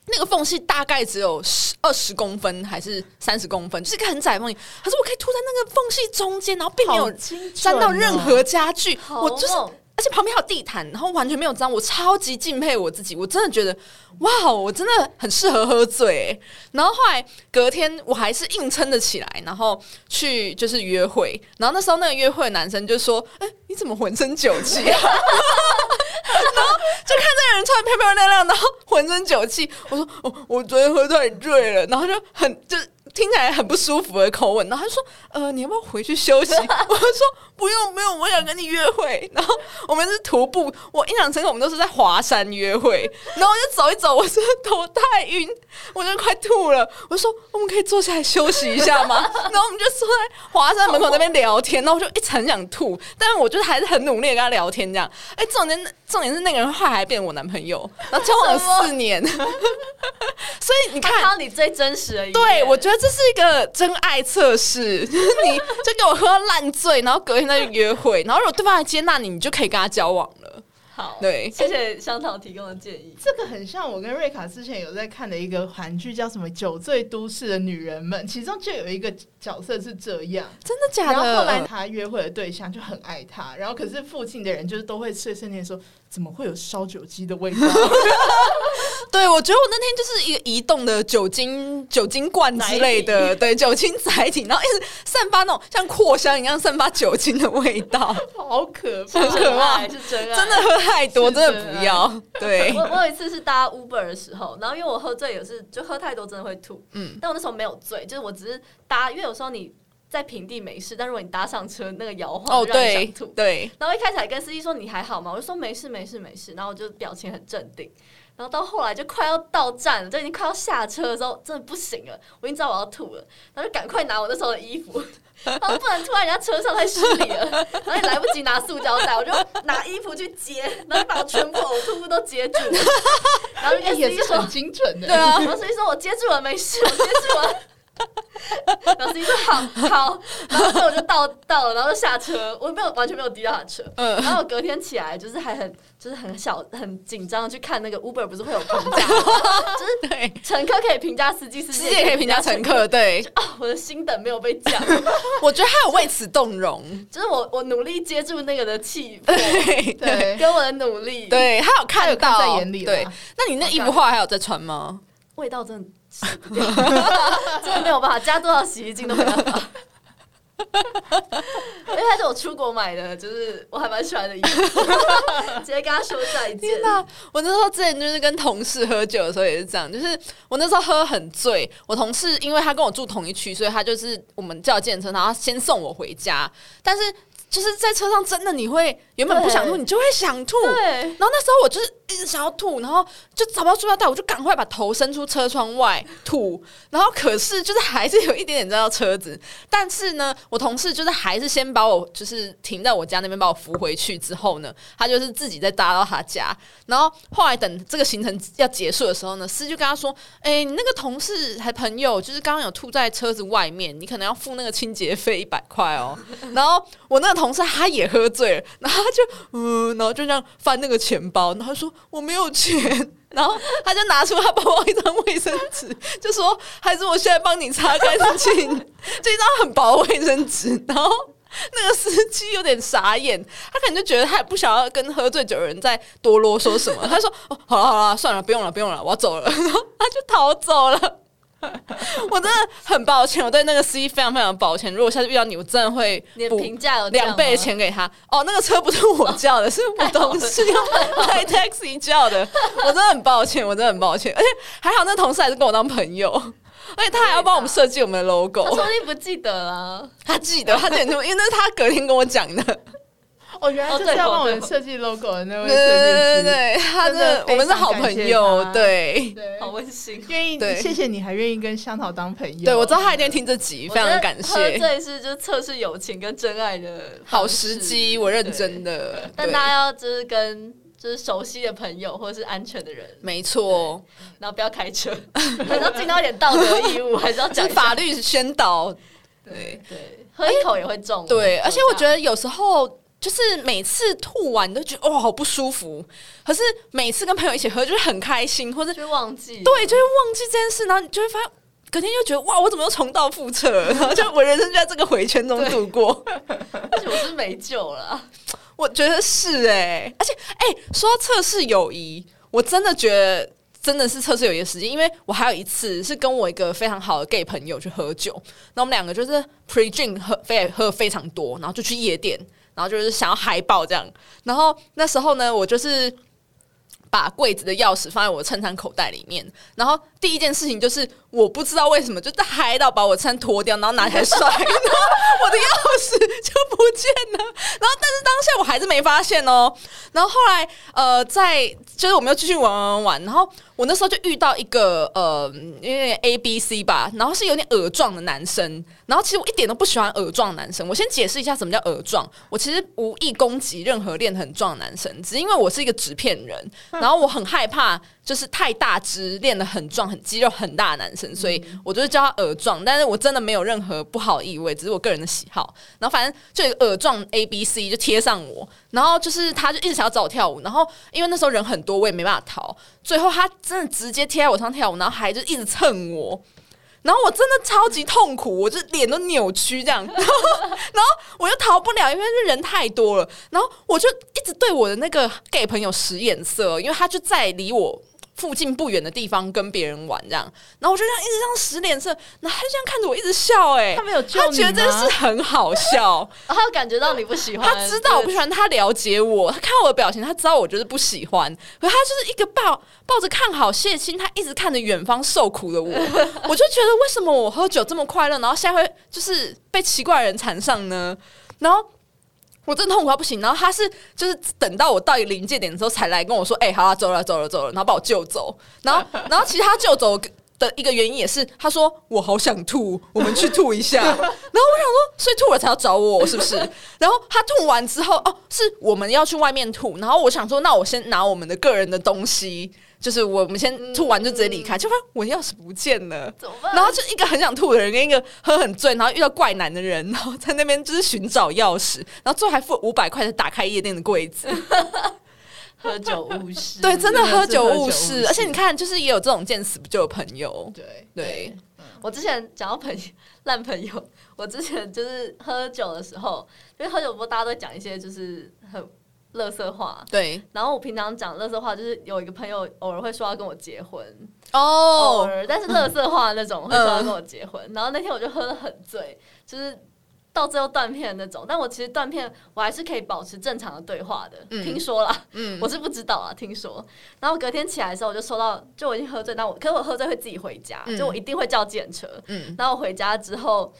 Speaker 1: 那个缝隙大概只有十二十公分还是三十公分，就是一个很窄的缝隙。可是我可以吐在那个缝隙中间，然后并没有
Speaker 3: 好精准哦
Speaker 1: 沾到任何家具，
Speaker 2: 好哦
Speaker 1: 我就是
Speaker 2: 猛
Speaker 1: 而且旁边还有地毯，然后完全没有脏，我超级敬佩我自己，我真的觉得哇，我真的很适合喝醉欸。然后后来隔天我还是硬撑得起来，然后去就是约会，然后那时候那个约会的男生就说：“哎、你怎么浑身酒气、啊？” 然后就看这个人穿得漂漂亮亮，然后浑身酒气，我说：“哦，我昨天喝太醉了。”然后就很就。听起来很不舒服的口吻，然后他就说：“呃，你要不要回去休息？” 我就说：“不用，不用，我想跟你约会。”然后我们是徒步，我印象深刻，我们都是在华山约会。然后我就走一走，我真的头太晕，我真的快吐了。我就说：“我们可以坐下来休息一下吗？”然后我们就坐在华山门口那边聊天，然后我就一直很想吐，但我就是还是很努力的跟他聊天这样。哎、重点重点是那个人后来还变我男朋友，然后交往了四年， 所以你
Speaker 2: 他
Speaker 1: 看。
Speaker 2: 看到你最真实的一面。
Speaker 1: 对，我觉得这是一个真爱测试，就是你就给我喝到烂醉，然后隔天再去约会，然后如果对方还接纳你，你就可以跟他交往了。
Speaker 2: 好，
Speaker 1: 对
Speaker 2: 谢谢香桃提供的建议。
Speaker 3: 这个很像我跟瑞卡之前有在看的一个韩剧，叫什么《酒醉都市的女人们》，其中就有一个角色是这样。
Speaker 1: 真的假
Speaker 3: 然
Speaker 1: 的？
Speaker 3: 后后来她约会的对象就很爱她，然后可是附近的人就是都会碎碎念说：“怎么会有烧酒鸡的 味道
Speaker 1: 对我觉得我那天就是一个移动的酒精酒精罐之类 的，对酒精载体，然后一直散发那种像扩香一样散发酒精的味 道，？”
Speaker 3: 好可怕！
Speaker 1: 很可怕
Speaker 2: 是真爱，
Speaker 1: 真的。喝太多
Speaker 3: 是
Speaker 1: 真的不要。对哦
Speaker 2: 我我有一次是搭 Uber 的时候，然后因为我喝醉，有次就喝太多真的会吐。
Speaker 1: 嗯
Speaker 2: 嗯，但我那时候没有醉，就是我只是搭，因为有时候你在平地没事，但如果你搭上车，那个摇晃
Speaker 1: 哦，
Speaker 2: 就让你
Speaker 1: 对
Speaker 2: 想吐。
Speaker 1: 对，
Speaker 2: 然后一开始还跟司机说你还好吗？我就说没事没事没事，然后我就表情很镇定。然后到后来就快要到站了，就已经快要下车的时候，真的不行了，我已经知道我要吐了，然后就赶快拿我那时候的衣服，然后不然突然人家车上太失礼了，然后也来不及拿塑胶袋，我就拿衣服去接，然后把我全部呕吐物都接住了，然后就
Speaker 3: 哎，
Speaker 2: 跟司
Speaker 3: 也
Speaker 2: 机
Speaker 3: 是
Speaker 2: 说
Speaker 3: 很精准的。
Speaker 1: 对 啊
Speaker 2: 然后司机说我接住了，没事，我接住了。 然后司机说好好，然后所以我就到到了，然后就下车，我没有完全没有滴到他的车。
Speaker 1: 嗯
Speaker 2: 然后我隔天起来就是还很就是很小很紧张的去看那个 Uber 不是会有评价，就是
Speaker 1: 对，
Speaker 2: 乘客可以评价司机，司
Speaker 1: 世
Speaker 2: 机
Speaker 1: 界可以评价乘。 客，对
Speaker 2: 就啊，我的心等没有被降，
Speaker 1: 我觉得他有为此动容。
Speaker 2: 就是我我努力接住那个的气氛，
Speaker 1: 对
Speaker 3: 对，
Speaker 2: 跟我的努力，，
Speaker 1: 对，他有看
Speaker 3: 看
Speaker 1: 到
Speaker 3: 在眼里啦
Speaker 1: 对，那你那衣服后来还有在穿吗？
Speaker 2: 味道真的洗不掉， 真的没有办法，加多少洗衣精都没办 法。因为它是我出国买的，就是我还蛮喜欢的衣服， 直接跟他说再见
Speaker 1: 天。哪！我那时候之前就是跟同事喝酒的时候也是这样，就是我那时候喝很醉，我同事因为他跟我住同一区，所以他就是我们叫健身，然后他先送我回家。但是就是在车上，真的你会原本不想吐，
Speaker 2: 对
Speaker 1: 你就会想吐。
Speaker 2: 对，
Speaker 1: 然后那时候我就是一直想要吐，然后就找不到塑料袋，我就赶快把头伸出车窗外吐。然后可是就是还是有一点点沾到车子，但是呢，我同事就是还是先把我就是停在我家那边把我扶回去之后呢，他就是自己再搭到他家。然后后来等这个行程要结束的时候呢，司机就跟他说：“哎、你那个同事还朋友，就是刚刚有吐在车子外面，你可能要付那个清洁费一百块哦。” 然后我那个同事他也喝醉了，然后他就嗯，然后就这样翻那个钱包，然后他说我没有钱。然后他就拿出他包包一张卫生纸，就说：“还是我现在帮你擦干净。”就一张很薄的卫生纸。然后 那个司机有点傻眼，他可能就觉得他也不想要跟喝醉酒的人再多啰嗦什么。他说：“哦，好了好了，算了，不用了不用了，我要走了。” 然后他就逃走了。我真的很抱歉，我对那个司机非常非常抱歉。如果下次遇到你，我真的会
Speaker 2: 你的
Speaker 1: 补
Speaker 2: 评价有这样
Speaker 1: 两倍的
Speaker 2: 吗，
Speaker 1: 钱给他。哦，那个车不是我叫的，是我同事用开 taxi 叫的。我真的很抱歉，我真的很抱歉，而且还好那同事还是跟我当朋友。而且他还要帮我们设计我们的
Speaker 2: 他说
Speaker 1: logo。
Speaker 2: 不定不记得啊啦。
Speaker 1: 他记得，他记得很清楚，因为那是他隔天跟我讲的。
Speaker 3: 哦，原来
Speaker 2: 哦
Speaker 3: 就是要
Speaker 2: 对
Speaker 3: 帮我
Speaker 2: 哦
Speaker 3: 们
Speaker 2: 对哦
Speaker 3: 设计 logo 的那
Speaker 1: 对
Speaker 3: 位
Speaker 1: 对对
Speaker 3: 设计师，
Speaker 1: 对，他
Speaker 3: 真的
Speaker 1: 的我们是好朋友
Speaker 3: 非常感谢，他
Speaker 1: 对
Speaker 3: 对
Speaker 2: 好温馨。
Speaker 3: 愿意，
Speaker 1: 对
Speaker 3: 谢谢你还愿意跟香桃当朋友。
Speaker 1: 对，我知道他一定会听这集，
Speaker 2: 我
Speaker 1: 非
Speaker 2: 觉
Speaker 1: 常
Speaker 2: 得
Speaker 1: 感
Speaker 2: 喝
Speaker 1: 谢。
Speaker 2: 醉是就是测试友情跟真爱的
Speaker 1: 好
Speaker 2: 方式
Speaker 1: 时机，我认
Speaker 2: 对
Speaker 1: 真的。
Speaker 2: 但
Speaker 1: 对
Speaker 2: 大家要就是跟就是熟悉的朋友或者是安全的人，
Speaker 1: 没错，
Speaker 2: 然后不要开车， 还是要尽到一点道德义务，还是要
Speaker 1: 就是
Speaker 2: 讲一下
Speaker 1: 法律宣导。对
Speaker 2: 对，喝一口也会中。
Speaker 1: 对，而且我觉
Speaker 2: 得
Speaker 1: 得有时候。就是每次吐完都觉得哦好不舒服，可是每次跟朋友一起喝就是很开心，或者
Speaker 2: 就忘记了
Speaker 1: 对，就会忘记这件事，然后你就会发现，隔天又觉得哇，我怎么又重蹈覆辙了？然后就我人生就在这个回圈中度过，
Speaker 2: 而且我是没救了。
Speaker 1: 我觉得是哎、而且哎、说到测试友谊，我真的觉得。真的是测试友谊的时间，因为我还有一次是跟我一个非常好的 gay 朋友去喝酒，那我们两个就是 pre drink 喝非喝非常多，然后就去夜店，然后就是想要嗨爆这样。然后那时候呢，我就是把柜子的钥匙放在我的衬衫口袋里面，然后第一件事情就是我不知道为什么就是嗨到把我衬衫脱掉，然后拿起来摔，然后我的钥匙 就不见了。然后但是当下我还是没发现哦。然后后来呃，在就是我们又继续玩玩玩玩，然后我那时候就遇到一个呃，因为 A B C 吧，然后是有点耳撞的男生。然后其实我一点都不喜欢耳撞男生。我先解释一下什么叫耳撞。我其实无意攻击任何练得很壮的男生，只是因为我是一个纸片人，然后我很害怕就是太大只、练得很壮、很肌肉很大的男生，所以我就是叫他耳撞。但是我真的没有任何不好意味，只是我个人的喜好。然后反正就有一个耳撞 A B C 就贴上我，然后就是他就一直想要找我跳舞，然后因为那时候人很多，我也没办法逃。最后他真的直接贴在我上跳舞，然后还就一直蹭我。然后我真的超级痛苦，我就脸都扭曲这样， 然后然后我又逃不了，因为这人太多了。然后我就一直对我的那个 gay 朋友使眼色，因为他就在离我附近不远的地方跟别人玩这样。然后我就这样一直这样使脸色，然后他就这样看着我一直笑、欸，
Speaker 3: 他没有救
Speaker 1: 他
Speaker 3: 你
Speaker 1: 觉得这
Speaker 3: 吗
Speaker 1: 是很好笑。
Speaker 2: 然后感觉到你不喜欢，
Speaker 1: 他知道我不喜欢，他了解我，他看我的表情，他知道我就是不喜欢。可他就是一个抱抱着看好谢欣，他一直看着远方受苦的我， 我就觉得为什么我喝酒这么快乐，然后现在会就是被奇怪的人缠上呢？然后。我真的痛苦到不行，然后他是就是等到我到一个临界点的时候才来跟我说：“哎、好了，走了，走了，走了。”然后把我救走，然后然后其实他救走的一个原因也是他说：“我好想吐，我们去吐一下。” 然后我想说，所以吐了才要找我是不 是？然后他吐完之后，哦，是我们要去外面吐，然后我想说，那我先拿我们的个人的东西，就是我们先吐完就直接离开，就发现我钥匙不见了。
Speaker 2: 怎么办？
Speaker 1: 然后就一个很想吐的人跟一个喝很醉，然后遇到怪男的人，然后在那边就是寻找钥匙，然后最后还付五百块才打开夜店的柜子。
Speaker 2: 嗯喝酒误 事，
Speaker 1: 对，真的
Speaker 3: 真的
Speaker 1: 喝
Speaker 3: 是
Speaker 1: 酒
Speaker 3: 喝
Speaker 1: 误
Speaker 3: 酒
Speaker 1: 事
Speaker 3: 误，
Speaker 1: 而且
Speaker 3: 事
Speaker 1: 你看，就是也有这种见死不救的朋友。
Speaker 3: 对，
Speaker 1: 对，
Speaker 2: 我之前讲到朋友烂朋友，我之前就是喝酒的时候，因为喝酒不是大家都会讲一些就是很乐色话。
Speaker 1: 对，
Speaker 2: 然后我平常讲乐色话，就是有一个朋友偶尔会说要跟我结婚，偶
Speaker 1: 哦，嗯
Speaker 2: 尔，但是乐色话那种会说要跟我结婚。然后那天我就喝得很醉，就是到最后断片的那种。但我其实断片，我还是可以保持正常的对话的。
Speaker 1: 嗯
Speaker 2: 听说啦，
Speaker 1: 嗯，
Speaker 2: 我是不知道啊，听说。然后隔天起来的时候，我就收到，就我已经喝醉，但我可是我喝醉会自己回家，
Speaker 1: 嗯
Speaker 2: 就我一定会叫检车。
Speaker 1: 嗯，
Speaker 2: 然后我回家之后，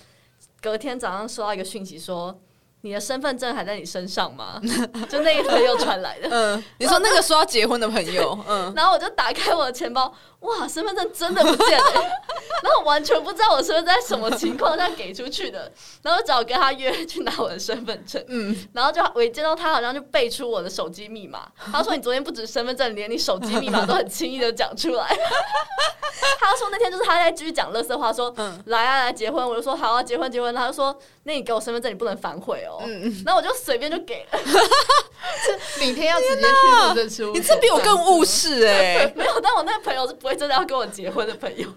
Speaker 2: 隔天早上收到一个讯息说。你的身份证还在你身上吗？ 就那个朋友传来的，
Speaker 1: 嗯，你说那个说要结婚的朋友， 嗯，
Speaker 2: 然后我就打开我的钱包，哇，身份证真的不见了、 然后我完全不知道我身份证在什么情况下给出去的，然后只好跟他约去拿我的身份证，
Speaker 1: 嗯，
Speaker 2: 然后就我一见到他好像就背出我的手机密码，他说你昨天不止身份证，连你手机密码都很轻易的讲出来。 他说那天就是他在继续讲乐色话，说
Speaker 1: 嗯
Speaker 2: 来啊来结婚，我就说好啊结婚结婚，他就说那你给我身份证，你不能反悔哦，
Speaker 1: 嗯
Speaker 2: 然后我就随便就给了，
Speaker 3: 明天要直接去布这出，
Speaker 1: 你这比我更务实哎、
Speaker 2: 没有，但我那个朋友是不会真的要跟我结婚的朋友。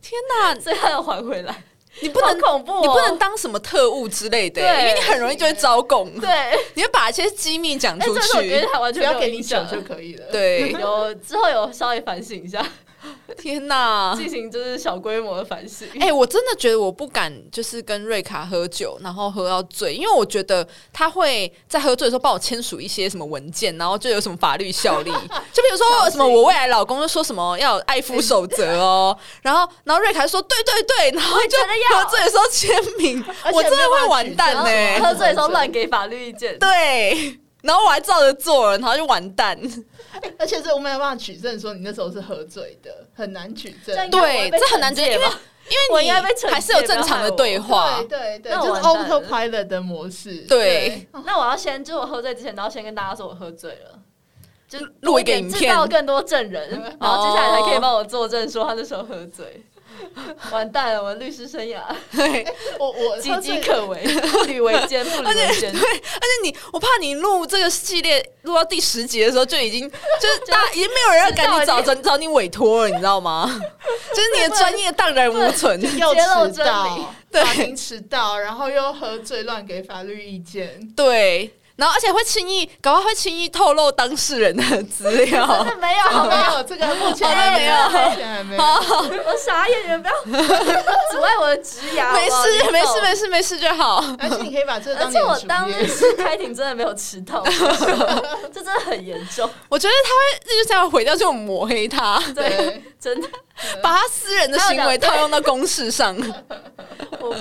Speaker 1: 天 哪，
Speaker 2: 所以他要还回来，
Speaker 1: 你不能
Speaker 2: 好恐怖哦
Speaker 1: 你不能当什么特务之类的、欸
Speaker 2: 对
Speaker 1: 因为你很容易就会招供，
Speaker 2: 对，哎，
Speaker 1: 你会把一些机密讲
Speaker 2: 这
Speaker 1: 出
Speaker 2: 个我觉得
Speaker 1: 去。
Speaker 2: 他完
Speaker 3: 只
Speaker 2: 全
Speaker 3: 要
Speaker 2: 没有
Speaker 3: 给你
Speaker 2: 影响
Speaker 3: 讲就可以了。，
Speaker 1: 对，
Speaker 2: 有之后有稍微反省一下，
Speaker 1: 天哪！
Speaker 2: 进行就是小规模的反省。
Speaker 1: 哎、我真的觉得我不敢，就是跟瑞卡喝酒，然后喝到醉，因为我觉得他会在喝醉的时候帮我签署一些什么文件，然后就有什么法律效 力。就比如说什么我未来老公就说什么要有爱夫守则哦，然后然后瑞卡就说对对对，然后
Speaker 2: 我也
Speaker 1: 就
Speaker 2: 觉得要
Speaker 1: 喝醉的时候签名
Speaker 2: 而，且
Speaker 1: 我真的
Speaker 2: 没有办
Speaker 1: 会
Speaker 2: 法
Speaker 1: 完蛋呢、
Speaker 2: 然后喝醉的时候乱给法律意见，
Speaker 1: 对，然后我还照着做了，然后就完蛋。
Speaker 3: 而且这我没有办法取证，说你那时候是喝醉的，很难取证
Speaker 2: 这。样应该不
Speaker 1: 对
Speaker 2: 会，被
Speaker 1: 这很难
Speaker 2: 惩
Speaker 1: 解，因
Speaker 2: 戒
Speaker 1: 为
Speaker 2: 吧
Speaker 1: 因
Speaker 2: 我
Speaker 1: 为
Speaker 2: 应该被
Speaker 1: 你
Speaker 2: 惩
Speaker 1: 还是有
Speaker 2: 戒
Speaker 1: 正
Speaker 2: 不要
Speaker 1: 常
Speaker 2: 害
Speaker 1: 的
Speaker 2: 我
Speaker 1: 对话，
Speaker 3: 对对，
Speaker 2: 那我
Speaker 3: 就是
Speaker 2: 完蛋了
Speaker 3: autopilot 的模式。
Speaker 1: 对，
Speaker 2: 那我要先，就是我喝醉之前，然后先跟大家说我喝醉了，就
Speaker 1: 录一个影片哦
Speaker 2: 制造更多证人， 然后接下来才可以帮我作证说他那时候喝醉。完蛋了，我的律师生涯
Speaker 1: 对。
Speaker 3: 我我
Speaker 2: 岌
Speaker 3: 喝醉
Speaker 2: 岌 可危，步履维艰，步履维艰。
Speaker 1: 而且你，我怕你录这个系列录到第十集的时候，就已 经就是大家已经没有人要赶你找找找你委托了，你知道吗？ 就是你的专业荡然无存。
Speaker 3: 又迟
Speaker 2: 揭露真理
Speaker 3: 到，法庭迟到，然后又喝醉乱给法律意见。
Speaker 1: 对，然后而且会轻易，搞不好会轻易透露当事人的资料
Speaker 2: 哦真。的没有，好
Speaker 3: 没
Speaker 2: 吗？
Speaker 3: 有这个，目前
Speaker 1: 好的
Speaker 3: 还
Speaker 1: 没
Speaker 3: 没
Speaker 1: 有
Speaker 3: 有，目前还没有。
Speaker 2: 我傻眼，你们 不要阻碍我的职涯。
Speaker 1: 没
Speaker 2: 好不好
Speaker 1: 事，没事，。
Speaker 2: 你
Speaker 1: 没事，没事就好。
Speaker 3: 而且你可以把这
Speaker 2: 走
Speaker 3: 个
Speaker 2: 而
Speaker 3: 当
Speaker 2: 且
Speaker 3: 你
Speaker 2: 我
Speaker 3: 的
Speaker 2: 当
Speaker 3: 主
Speaker 2: 律
Speaker 3: 业。
Speaker 2: 师开庭真的没有迟 到，我跟你说这真的很严重，
Speaker 1: 我觉得他会就是这样毁掉，就抹黑 他，
Speaker 3: 对，
Speaker 2: 真的。
Speaker 1: 把他私人的行为套用到公事上。
Speaker 2: 我不会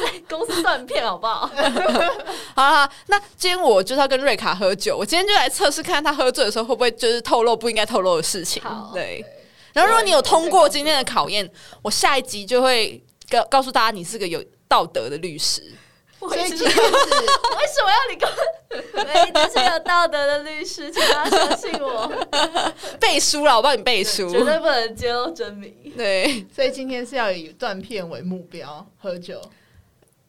Speaker 2: 在公司断片，好 不好？
Speaker 1: 好啦，那今天我就是要跟瑞卡喝酒，我今天就来测试看他喝醉的时候会不会就是透露不应该透露的事情
Speaker 2: 好。
Speaker 1: 对，然后如果你有通过今天的考验，我下一集就会告告诉大家你是个有道德的律师。
Speaker 2: 我
Speaker 3: 所
Speaker 2: 也
Speaker 3: 以
Speaker 2: 是
Speaker 3: 今天是
Speaker 2: 为什么要你 跟我？喂，这是有道德的律师，请大家相信 我，
Speaker 1: 背书了，我帮你背书。
Speaker 2: 绝对不能揭露真名。
Speaker 1: 对，
Speaker 3: 所以今天是要以断片为目标喝酒，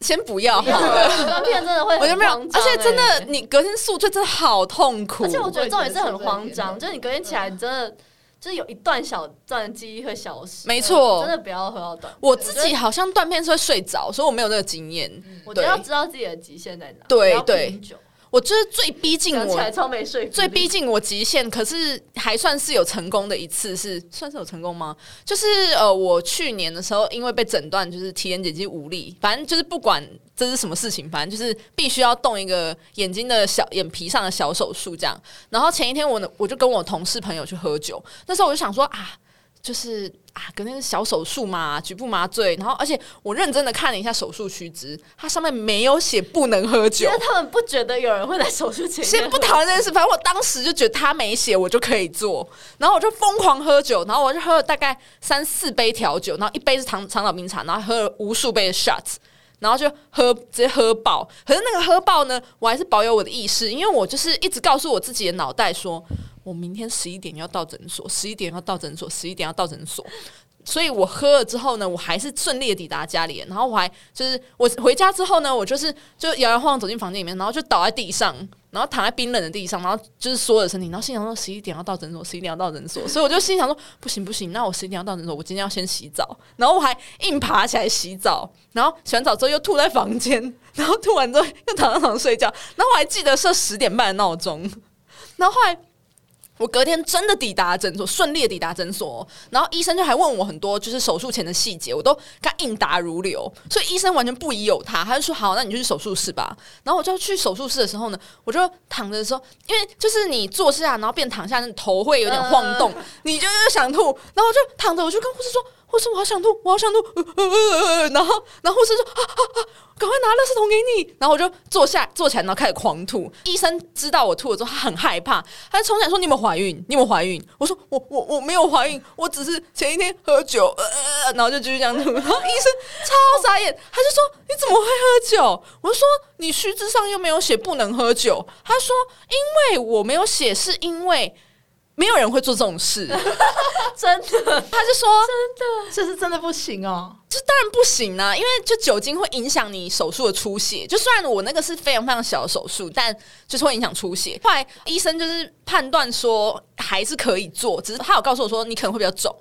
Speaker 1: 先不要好了，
Speaker 2: 断片真的会很
Speaker 1: 我就没有
Speaker 2: 慌，张
Speaker 1: 而且真的
Speaker 2: 欸，
Speaker 1: 你隔天宿醉真的好痛苦
Speaker 2: 而。且我觉得重点是很慌张，就是你隔天起来，你真的就是有一段小段的记忆会消失。嗯
Speaker 1: 没错
Speaker 2: 真的不要喝到断片。
Speaker 1: 我自己好像断片是会睡着，所以我没有那个经验。
Speaker 2: 我觉
Speaker 1: 对
Speaker 2: 得要知道自己的极限在哪。
Speaker 1: 对
Speaker 2: 不要
Speaker 1: 对
Speaker 2: 拼酒，
Speaker 1: 我就是最逼近
Speaker 2: 想起
Speaker 1: 我
Speaker 2: 来超没说服力，
Speaker 1: 最逼近我极限，可是还算是有成功的一次是，算是有成功吗？就是呃，我去年的时候，因为被诊断就是提眼睑肌无力，反正就是不管这是什么事情，反正就是必须要动一个眼睛的小眼皮上的小手术这样。然后前一天我呢，我就跟我同事朋友去喝酒，那时候我就想说啊，就是啊，可能是小手术嘛，局部麻醉。然后而且我认真的看了一下手术须知，它上面没有写不能喝酒
Speaker 2: 因为，他们不觉得有人会在手术前一天
Speaker 1: 先不讨论这件事，反正我当时就觉得他没写，我就可以做。然后我就疯狂喝酒，然后我就喝了大概三四杯调酒，然后一杯是长长岛冰茶，然后喝了无数杯的 shots，然后就喝直接喝爆。可是那个喝爆呢，我还是保有我的意识，因为我就是一直告诉我自己的脑袋说，我明天十一点要到诊所，十一点要到诊所，十一点要到诊所。所以我喝了之后呢，我还是顺利的抵达家里，然后我还就是我回家之后呢，我就是就摇摇晃晃走进房间里面，然后就倒在地上，然后躺在冰冷的地上，然后就是缩着身体，然后心想说十一点要到诊所，十一点要到诊所，所以我就心想说不行不行，那我十一点要到诊所，我今天要先洗澡，然后我还硬爬起来洗澡，然后洗完澡之后又吐在房间，然后吐完之后又躺在床上睡觉，然后我还记得设十点半的闹钟，然后后来。我隔天真的抵达诊所，顺利的抵达诊所，哦然后医生就还问我很多就是手术前的细节，我都跟他应答如流，所以医生完全不疑有他，他就说好，那你就去手术室吧。然后我就去手术室的时候呢，我就躺着的时候，因为就是你坐下然后变躺下，那头会有点晃动，你就又想吐，然后我就躺着，我就跟护士说，护士我好想吐，我好想吐， 呃呃呃呃呃然后然后护士说啊啊啊，赶快拿垃圾桶给你，然后我就坐下坐起来，然后开始狂吐。医生知道我吐了之后，他很害怕，他就冲起来说：“你有没有怀孕？你有没有怀孕？”我说：“我我我没有怀孕，我只是前一天喝酒，呃呃，呃然后就继续这样吐。”然后医生超傻眼，他就说：“你怎么会喝酒？”我就说：“你须知上又没有写不能喝酒。”他说：“因为我没有写，是因为没有人会做这种事。”
Speaker 2: 真 的
Speaker 1: 他就说：“
Speaker 3: 这是真的不行哦。
Speaker 1: 这当然不行啊啦、因为就酒精会影响你手术的出血。就虽然我那个是非常非常小的手术，但就是会影响出血。后来医生就是判断说还是可以做，只是他有告诉我说你可能会比较肿。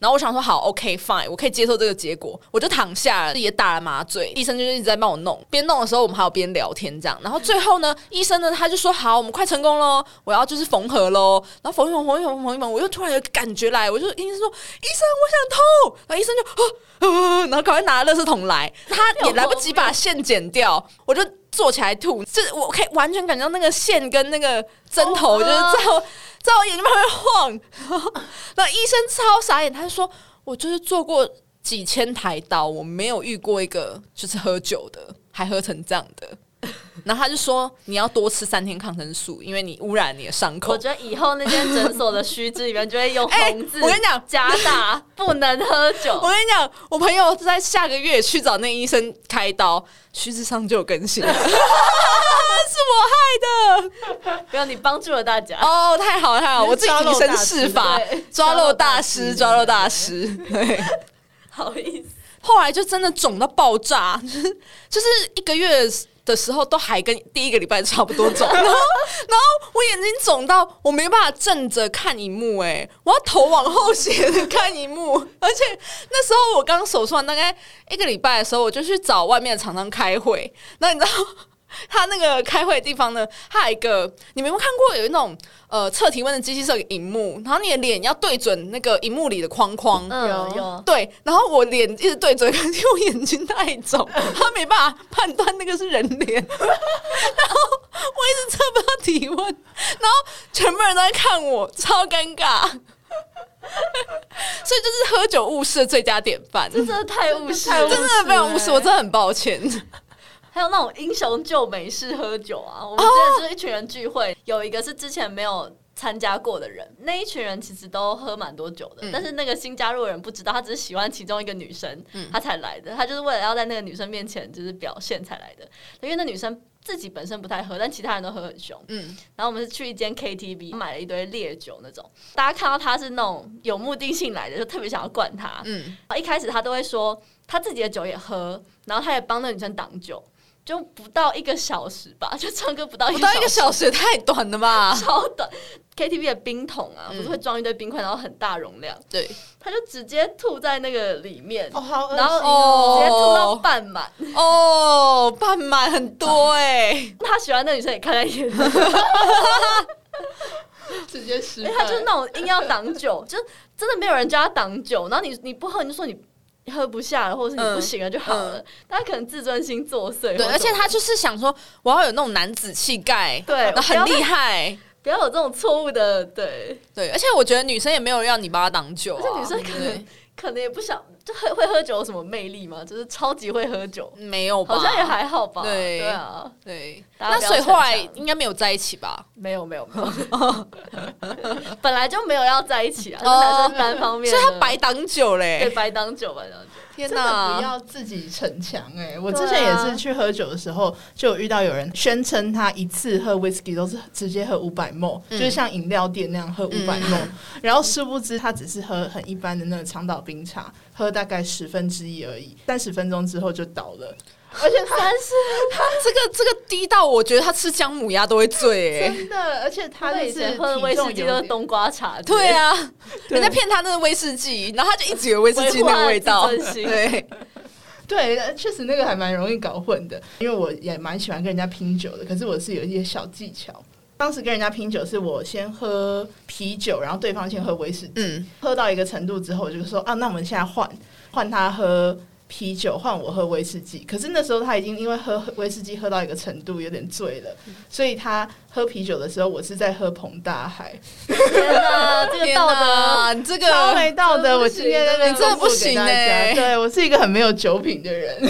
Speaker 1: 然后我想说好，OK fine，我可以接受这个结果，我就躺下了，也打了麻醉，医生就是一直在帮我弄，边弄的时候我们还有边聊天这样，然后最后呢，医生呢他就说好，我们快成功喽，我要就是缝合喽，然后缝一缝，缝一缝，缝一缝，我又突然有感觉来，我就医生说医生我想痛，然后医生就啊啊，然后赶快拿了垃圾桶来，他也来不及把线剪掉，我就。坐起来吐，就是我可以完全感觉到那个线跟那个针头，
Speaker 2: 哦
Speaker 1: 就是在我在我眼睛旁边晃。然后然后医生超傻眼，他就说：“我就是做过几千台刀，我没有遇过一个就是喝酒的还喝成这样的。”然后他就说：“你要多吃三天抗生素，因为你污染你的伤口
Speaker 2: 我。觉得以后那间诊所的须知里面就会用
Speaker 1: 哎
Speaker 2: 红字，
Speaker 1: 我跟你讲
Speaker 2: 加 大不能喝”酒
Speaker 1: 我。跟你讲，我朋友在下个月去找那医生开刀，须知上就有更新了， 是我害的。
Speaker 2: 不要你帮助了大家。
Speaker 1: 哦，太好了 太好了，我自己以身试法
Speaker 2: 对，
Speaker 1: 抓漏大师，抓漏大师。对，
Speaker 2: 好意思，
Speaker 1: 后来就真的肿到爆炸，就是就是一个月的时候都还跟第一个礼拜差不多肿，然后然后我眼睛肿到我没办法正着看荧幕、哎，我要头往后斜的看荧幕，而且那时候我刚手术完大概一个礼欸拜的时候，我就去找外面的厂商开会，那你知道？他那个开会的地方呢，还有一个，你们有没有看过有一种呃测体温的机器设个荧幕，然后你的脸要对准那个荧幕里的框框，
Speaker 2: 嗯
Speaker 3: 有
Speaker 2: 有，
Speaker 1: 对，然后我脸一直对准，可是我眼睛太肿，他没办法判断那个是人脸，然后我一直测不到体温，然后全部人都在看我，超尴尬。 所以就是喝酒误事的最佳典范，真
Speaker 2: 真的太务实
Speaker 3: 太务
Speaker 2: 了，
Speaker 3: 实
Speaker 1: 的非常误事，我真的很抱歉。
Speaker 2: 还有那种英雄救美式喝酒啊，我们
Speaker 1: 哦
Speaker 2: 之前就是一群人聚会，有一个是之前没有。参加过的人，那一群人其实都喝蛮多酒的，
Speaker 1: 嗯
Speaker 2: 但是那个新加入的人不知道，他只是喜欢其中一个女生，
Speaker 1: 嗯
Speaker 2: 他才来的，他就是为了要在那个女生面前就是表现才来的，因为那女生自己本身不太喝，但其他人都喝很凶，
Speaker 1: 嗯，
Speaker 2: 然后我们是去一间 KTV 买了一堆烈酒那种，大家看到他是那种有目的性来的，就特别想要灌他，
Speaker 1: 嗯，
Speaker 2: 一开始他都会说他自己的酒也喝，然后他也帮那女生挡酒，就不到一个小时吧， 就唱歌不到一
Speaker 1: 不
Speaker 2: 个
Speaker 1: 到一
Speaker 2: 小
Speaker 1: 个
Speaker 2: 时，
Speaker 1: 小时也太短了吧？
Speaker 2: 超短。KTV 的冰桶啊，
Speaker 1: 嗯
Speaker 2: 不是会装一堆冰块，然后很大容量，
Speaker 1: 对，
Speaker 2: 他就直接吐在那个里面，
Speaker 3: 哦，好恶
Speaker 2: 然
Speaker 3: 心
Speaker 2: 后
Speaker 1: 哦
Speaker 2: 直接吐到半满。
Speaker 1: 哦，半满很多哎、
Speaker 2: 他喜欢那女生也看在 眼里，
Speaker 3: 直接失
Speaker 2: 因哎为他就是那种硬要挡酒，就真的没有人叫他挡酒，然后你你不喝你就说你。喝不下了，或者是你不行了就好了。但他可能自尊心作祟，
Speaker 1: 嗯对，
Speaker 2: 或者
Speaker 1: 而且他就是想说，我要有那种男子气概，
Speaker 2: 对
Speaker 1: 然后很
Speaker 2: 我不要
Speaker 1: 厉害，
Speaker 2: 不要有这种错误的，对，
Speaker 1: 对，而且我觉得女生也没有让你帮她挡酒、啊，
Speaker 2: 而且女生可能
Speaker 1: 对
Speaker 2: 可能也不想，就喝会喝酒有什么魅力吗？就是超级会喝酒，
Speaker 1: 没有吧，
Speaker 2: 好像也还好吧。
Speaker 1: 对
Speaker 2: 啊，
Speaker 1: 对。
Speaker 2: 大家
Speaker 1: 那
Speaker 2: 不要
Speaker 1: 所以后来
Speaker 2: 逞强
Speaker 1: 应该没有在一起吧？
Speaker 2: 没有没有没有， 本来就没有要在一起啊，
Speaker 1: 哦
Speaker 2: 男生单方面
Speaker 1: 所
Speaker 2: 的，
Speaker 1: 以他白挡酒
Speaker 2: 对
Speaker 1: 嘞！
Speaker 2: 白当酒白当酒，
Speaker 1: 天
Speaker 3: 真的不
Speaker 1: 哪！
Speaker 3: 要自己逞强哎、我
Speaker 2: 对啊
Speaker 3: 之前也是去喝酒的时候，就有遇到有人宣称他一次喝 whisky 都是直接喝五百 ml，
Speaker 1: 嗯
Speaker 3: 就是像饮料店那样喝五百 ml，然后殊不知他只是喝很一般的那个长岛冰茶，喝大概十分之一而已，三十分钟之后就倒了。
Speaker 2: 而且三十
Speaker 1: 这个这个低到我觉得他吃姜母鸭都会醉哎！
Speaker 3: 真的，而且他
Speaker 2: 他
Speaker 3: 就
Speaker 2: 以
Speaker 3: 是
Speaker 2: 前喝的
Speaker 3: 体
Speaker 2: 威
Speaker 3: 重
Speaker 2: 士忌都
Speaker 3: 有
Speaker 2: 是
Speaker 3: 点
Speaker 2: 冬瓜茶，
Speaker 1: 对，啊，
Speaker 3: 对
Speaker 1: 人家骗他那个威士忌，然后他就一直有威士忌那个味道。
Speaker 2: 维护他的自尊心
Speaker 1: 对，
Speaker 3: 对，呃确实那个还蛮容易搞混的，因为我也蛮喜欢跟人家拼酒的，可是我是有一些小技巧。当时跟人家拼酒，是我先喝啤酒，然后对方先喝威士忌，
Speaker 1: 嗯
Speaker 3: 喝到一个程度之后，我就说啊，那我们现在换换他喝啤酒，换我喝威士忌。可是那时候他已经因为喝威士忌喝到一个程度，有点醉了，所以他喝啤酒的时候，我是在喝彭大海，
Speaker 2: 天 哪，这个
Speaker 1: 天
Speaker 2: 道德
Speaker 1: 哪，你这
Speaker 3: 超
Speaker 1: 个
Speaker 3: 没道
Speaker 2: 真
Speaker 3: 德！
Speaker 2: 的不
Speaker 3: 我
Speaker 2: 行
Speaker 3: 今天在那边
Speaker 1: 你真的不
Speaker 3: 公布给大家
Speaker 1: 行欸
Speaker 3: 对我是一个很没有酒品的 人。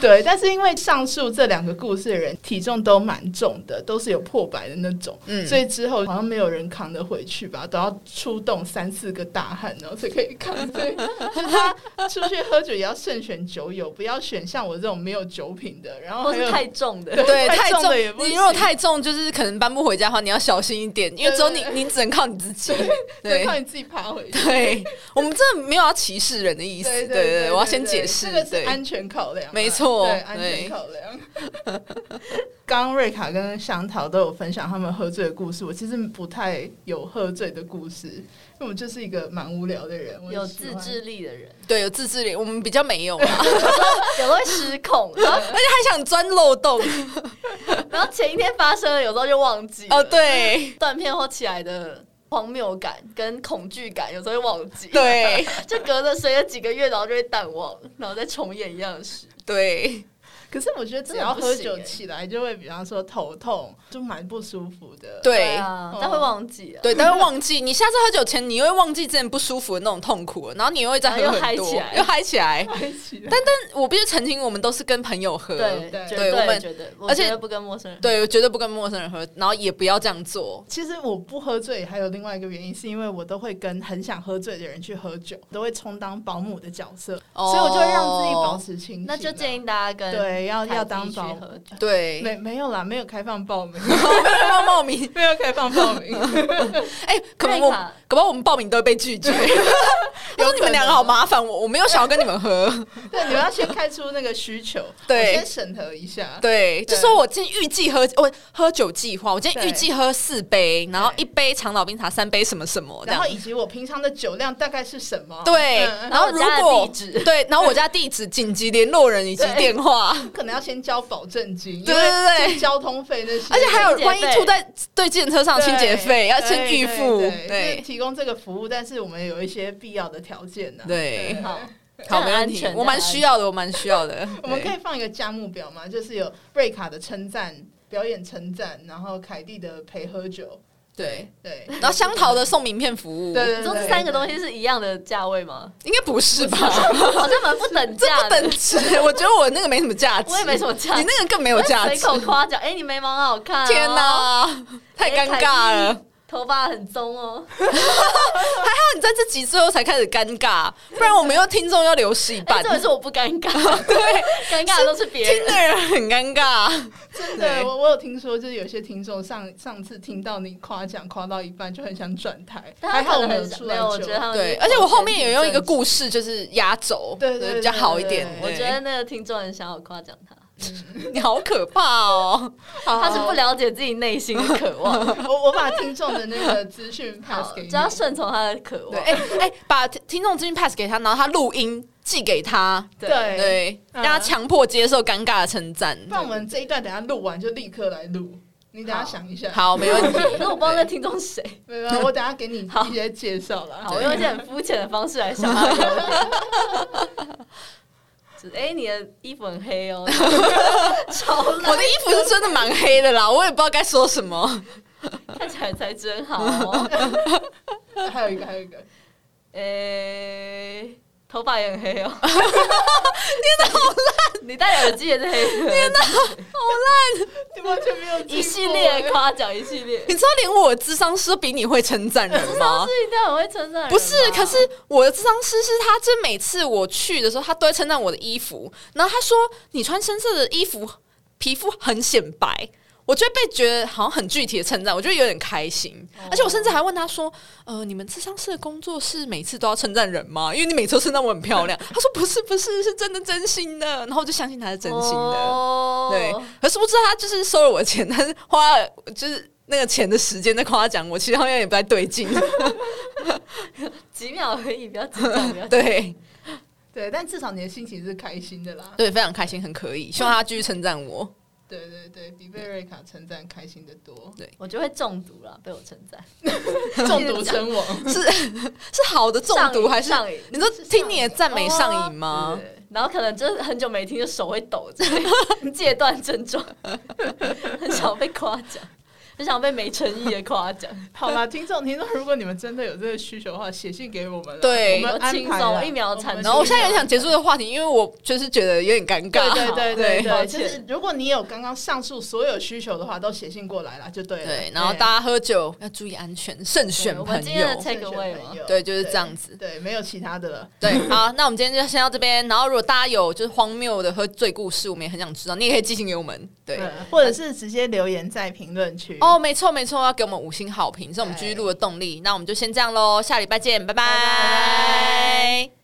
Speaker 3: 对，但是因为上述这两个故事的人体重都蛮重的，都是有破百的那种，
Speaker 1: 嗯
Speaker 3: 所以之后好像没有人扛得回去吧，都要出动三四个大汉，然后才可以扛。对，就是他出去喝酒也要慎选酒友，不要选像我这种没有酒品的，然后
Speaker 2: 或
Speaker 3: 还
Speaker 2: 是
Speaker 3: 有
Speaker 2: 太重的，
Speaker 1: 对
Speaker 3: 太
Speaker 1: 太
Speaker 3: 重
Speaker 1: 重
Speaker 3: 的也，不
Speaker 1: 你如果
Speaker 3: 行
Speaker 1: 太重，就是可能搬不回家的话，你要小心一点，因为只有你
Speaker 3: 对对
Speaker 1: 你只能靠你自己。对
Speaker 4: 靠你自己爬回去。
Speaker 1: 对我们真的没有要歧视人的意思，
Speaker 4: 对
Speaker 1: 对我要先解释，
Speaker 4: 这个是
Speaker 1: 对
Speaker 4: 安全考量啊，
Speaker 1: 没错
Speaker 4: 对安
Speaker 1: 对
Speaker 4: 全考量。
Speaker 3: 刚刚瑞卡跟香桃都有分享他们喝醉的故事，我其实不太有喝醉的故事，因为我就是一个蛮无聊的人，我
Speaker 2: 有
Speaker 3: 喜
Speaker 2: 自
Speaker 3: 欢
Speaker 2: 制力的人，
Speaker 1: 对有自制力，我们比较没有 啊，
Speaker 2: 有时候会失控，然后
Speaker 1: 而且还想钻漏洞
Speaker 2: 然后前一天发生了，有时候就忘记了
Speaker 1: 哦，对
Speaker 2: 断片后起来的荒谬感跟恐惧感，有时候会忘记，，
Speaker 1: 对
Speaker 2: 就隔着随着几个月，然后就会淡忘，然后再重演一样的事。
Speaker 1: 对，
Speaker 3: 可是我觉得只
Speaker 2: 这也
Speaker 3: 要
Speaker 2: 不
Speaker 3: 喝
Speaker 2: 行
Speaker 3: 酒
Speaker 2: 欸
Speaker 3: 起来，就会比方说头痛，就蛮不舒服的。
Speaker 1: 对
Speaker 2: 啊
Speaker 3: 嗯，
Speaker 2: 但会忘记啊，
Speaker 1: 对，但会忘记。你下次喝酒前，你会忘记之前不舒服的那种痛苦了，然后你又会再喝
Speaker 2: 然后又
Speaker 1: 很
Speaker 2: 嗨
Speaker 1: 多
Speaker 2: 起来，
Speaker 1: 又嗨起来。
Speaker 3: 在一起的，
Speaker 1: 但我必须澄清，我们都是跟朋友喝，
Speaker 2: 对
Speaker 3: 对
Speaker 2: 绝
Speaker 1: 对我们
Speaker 2: 绝对，
Speaker 1: 而
Speaker 2: 我
Speaker 1: 且
Speaker 2: 绝对不跟陌生人。
Speaker 1: 对，绝对不跟陌生人喝，然后也不要这样做。
Speaker 3: 其实我不喝醉，还有另外一个原因，是因为我都会跟很想喝醉的人去喝酒，都会充当保姆的角色，
Speaker 1: 哦
Speaker 3: 所以我就会让自己保持清醒啊啦。
Speaker 2: 那就建议大家跟
Speaker 3: 对要
Speaker 2: 凯
Speaker 3: 要
Speaker 2: 蒂
Speaker 3: 当
Speaker 2: 去
Speaker 3: 保
Speaker 2: 喝酒，
Speaker 1: 对，
Speaker 3: 没没有啦，没有开放报名，
Speaker 1: 没有报名。
Speaker 3: 没有开放报 名，
Speaker 1: 哎，可能我
Speaker 2: 瑞卡，
Speaker 1: 可能我们报名都会被拒绝。 我说你们两个好麻烦，我我没有想要跟你们喝。
Speaker 3: 对，你们要先开出那个需求，
Speaker 1: 对
Speaker 3: 我先审核一下。
Speaker 1: 对，就
Speaker 3: 对
Speaker 1: 说我今天预计喝，我喝酒计划，我今天预
Speaker 3: 对
Speaker 1: 计喝四杯，然后
Speaker 3: 对
Speaker 1: 一杯长岛冰茶，三杯什么什么，这
Speaker 3: 然
Speaker 1: 样
Speaker 3: 后。以及我平常的酒量大概是什么？
Speaker 1: 对，
Speaker 3: 嗯
Speaker 1: 然后
Speaker 2: 我
Speaker 1: 如
Speaker 2: 家的
Speaker 1: 果
Speaker 2: 地址
Speaker 1: 对，然后我家地址、紧急联络人以及
Speaker 2: 对
Speaker 1: 电话，
Speaker 3: 可能要先交保证金，
Speaker 1: 对对对
Speaker 3: 因为交通费那些，
Speaker 1: 而且还有万一
Speaker 2: 清洁费
Speaker 1: 吐在对计程车上的
Speaker 3: 对
Speaker 1: 清洁费要先预付，
Speaker 3: 对对对就是
Speaker 1: 对
Speaker 3: 提供这个服务，但是我们有一些必要的条件啊呢、。
Speaker 1: 对，
Speaker 2: 好，
Speaker 1: 好，没
Speaker 2: 这样
Speaker 1: 问
Speaker 2: 安
Speaker 1: 题
Speaker 2: 全，
Speaker 1: 我蛮需。要的，我蛮需要 的
Speaker 3: 我们可
Speaker 1: 对
Speaker 3: 以放一个价目表嘛，就是有瑞卡的称赞、表演称赞，然后凯蒂的陪喝酒，
Speaker 1: 对，
Speaker 3: 对，
Speaker 1: 然后香桃的送名片服务，
Speaker 3: 对对
Speaker 2: 这样安全你
Speaker 3: 对
Speaker 2: 说这三个东西是一样的价位 吗？
Speaker 1: 应该不是吧？
Speaker 2: 好像蛮不等
Speaker 1: 这
Speaker 2: 价
Speaker 1: 不
Speaker 2: 的，
Speaker 1: 等值，我觉得我那个没什么价值，
Speaker 2: 我也没什么价值
Speaker 1: 你那个更没有价
Speaker 2: 随
Speaker 1: 值。
Speaker 2: 口夸奖，哎，你眉毛很好看，
Speaker 1: 天
Speaker 2: 哪，
Speaker 1: 哪，太尴尬
Speaker 2: 哎
Speaker 1: 了！还
Speaker 2: 头发很棕哦，
Speaker 1: 好你在这集最后才开始尴尬，不然我们又听众要流失一
Speaker 2: 哎，
Speaker 1: 半
Speaker 2: 这。回是我不尴 尬，尴尬的都是别
Speaker 1: 听
Speaker 2: 人。
Speaker 1: 的人很尴尬，
Speaker 3: 真
Speaker 1: 对
Speaker 3: 的，我我有听说，就是有些听众上上次听到你夸奖夸到一半，就很想转台，
Speaker 2: 但
Speaker 3: 还
Speaker 2: 他
Speaker 3: 好
Speaker 2: 可
Speaker 3: 我
Speaker 2: 能
Speaker 3: 们有
Speaker 2: 很
Speaker 3: 出
Speaker 2: 没
Speaker 3: 来
Speaker 2: 有，我
Speaker 3: 救
Speaker 2: 觉得他们
Speaker 1: 对，
Speaker 2: 是
Speaker 1: 而且我后面
Speaker 2: 挺
Speaker 1: 也用一个
Speaker 2: 正
Speaker 1: 故事，就是压轴，
Speaker 3: 哦对对
Speaker 1: 比较好一点
Speaker 3: 对。
Speaker 2: 我觉
Speaker 1: 对
Speaker 2: 得那个听众很想要夸奖他，
Speaker 1: 你好可怕 哦！
Speaker 2: 他是不了解自己内心的渴望，
Speaker 3: 我我把听众的那个 资讯 pass
Speaker 2: 好，
Speaker 3: 给你
Speaker 2: 只，要顺从他的渴
Speaker 1: 对，
Speaker 2: 望。
Speaker 1: 哎、哎、把听听众资讯 pass 给他，然后他录音寄给他，
Speaker 3: 对
Speaker 1: 对，
Speaker 3: 嗯
Speaker 1: 让他强迫接受尴尬的称赞。
Speaker 3: 那我们这一段等一下录完就立刻来录，你等一
Speaker 2: 好
Speaker 3: 下想一下。，
Speaker 1: 好，没问题。
Speaker 2: 可是我不知道那听众是谁，
Speaker 3: 没有，我等一下给你
Speaker 2: 好
Speaker 3: 一些介绍啦。
Speaker 2: 好，我用一些很肤浅的方式来想他的优点。 就是哎，你的衣服很黑哦，超
Speaker 1: 我的衣服是真的蛮黑的啦，我也不知道该说什么。
Speaker 2: 看起来才真好哦。
Speaker 3: 还有一个，还有一个，
Speaker 2: 诶，头发也很黑 哦。你好烂！你戴耳机也是黑的。天哪！
Speaker 3: 你完全没有
Speaker 2: 一系
Speaker 3: 进步
Speaker 2: 列
Speaker 3: 欸
Speaker 2: 的夸奖，一系 列。
Speaker 1: 你知道，连我的智商师都比你会称赞人吗
Speaker 2: 是？一定要很会称赞人吧。
Speaker 1: 啊不是，可是我的智商师是他，就每次我去的时候，他都会称赞我的衣服，然后他说你穿深色的衣服，皮肤很显白。我就会被觉得好像很具体的称赞，我就会有点开心，而且我甚至还问他说：“呃，你们智商师的工作是每次都要称赞人吗？因为你每次都称赞我很漂 亮。”他说：“不是，不是，是真的真心的。”然后我就相信他是真心的。
Speaker 2: 哦
Speaker 1: 对，可是不知道他就是收了我的钱，但是花了就是那个钱的时间在夸奖我，其实好像也不太对 劲。
Speaker 2: 几秒而已，不要紧张，不要 紧张。
Speaker 1: 对，
Speaker 3: 对，但至少你的心情是开心的啦。
Speaker 1: 对，非常开心，很可以，希望他继续称赞我。
Speaker 3: 对对对，比贝瑞卡称赞开心的 多，
Speaker 2: 我就会中毒了，被我称赞，
Speaker 3: 中毒身亡。
Speaker 1: 是是好的中
Speaker 2: 上
Speaker 1: 毒
Speaker 2: 瘾
Speaker 1: 还是？
Speaker 2: 上瘾？哦
Speaker 1: 你说听你的赞美上瘾吗
Speaker 2: 对？对对然后可能就是很久没听，就手会抖 之类的，戒断症状，很想被夸奖，很想被没诚意的夸奖，
Speaker 3: 好啦，听众听众，如果你们真的有这个需求的话，写信给我们啦。
Speaker 1: 对
Speaker 3: 我们
Speaker 2: 我
Speaker 3: 安
Speaker 2: 轻
Speaker 3: 排
Speaker 2: 松
Speaker 3: 啦
Speaker 2: 一秒
Speaker 3: 我们
Speaker 2: 产出
Speaker 1: 然后我现在也想结束这个话题，因为我就是觉得有点尴
Speaker 3: 对
Speaker 1: 尬。
Speaker 3: 对对
Speaker 1: 对
Speaker 3: 对
Speaker 1: 抱
Speaker 3: 对，就
Speaker 2: 歉
Speaker 3: 是如果你有刚刚上述所有需求的话，都写信过来啦，就对了。
Speaker 1: 对然后大家喝酒要注意安全，慎选
Speaker 2: 我
Speaker 1: 朋
Speaker 2: 们今天
Speaker 1: 友
Speaker 2: 的。take away 吗？
Speaker 1: 对，就是这样子。
Speaker 3: 对，没有其他的了。
Speaker 1: 对，好，那我们今天就先到这边。然后，如果大家有就是荒谬的喝醉故事，我们也很想知道，你也可以寄信给我们。对，
Speaker 3: 嗯或者是直接留言在评论区。
Speaker 1: 哦，没错没错，要给我们五星好评，是我们继续录的动力。那我们就先这样喽，下礼拜见，拜拜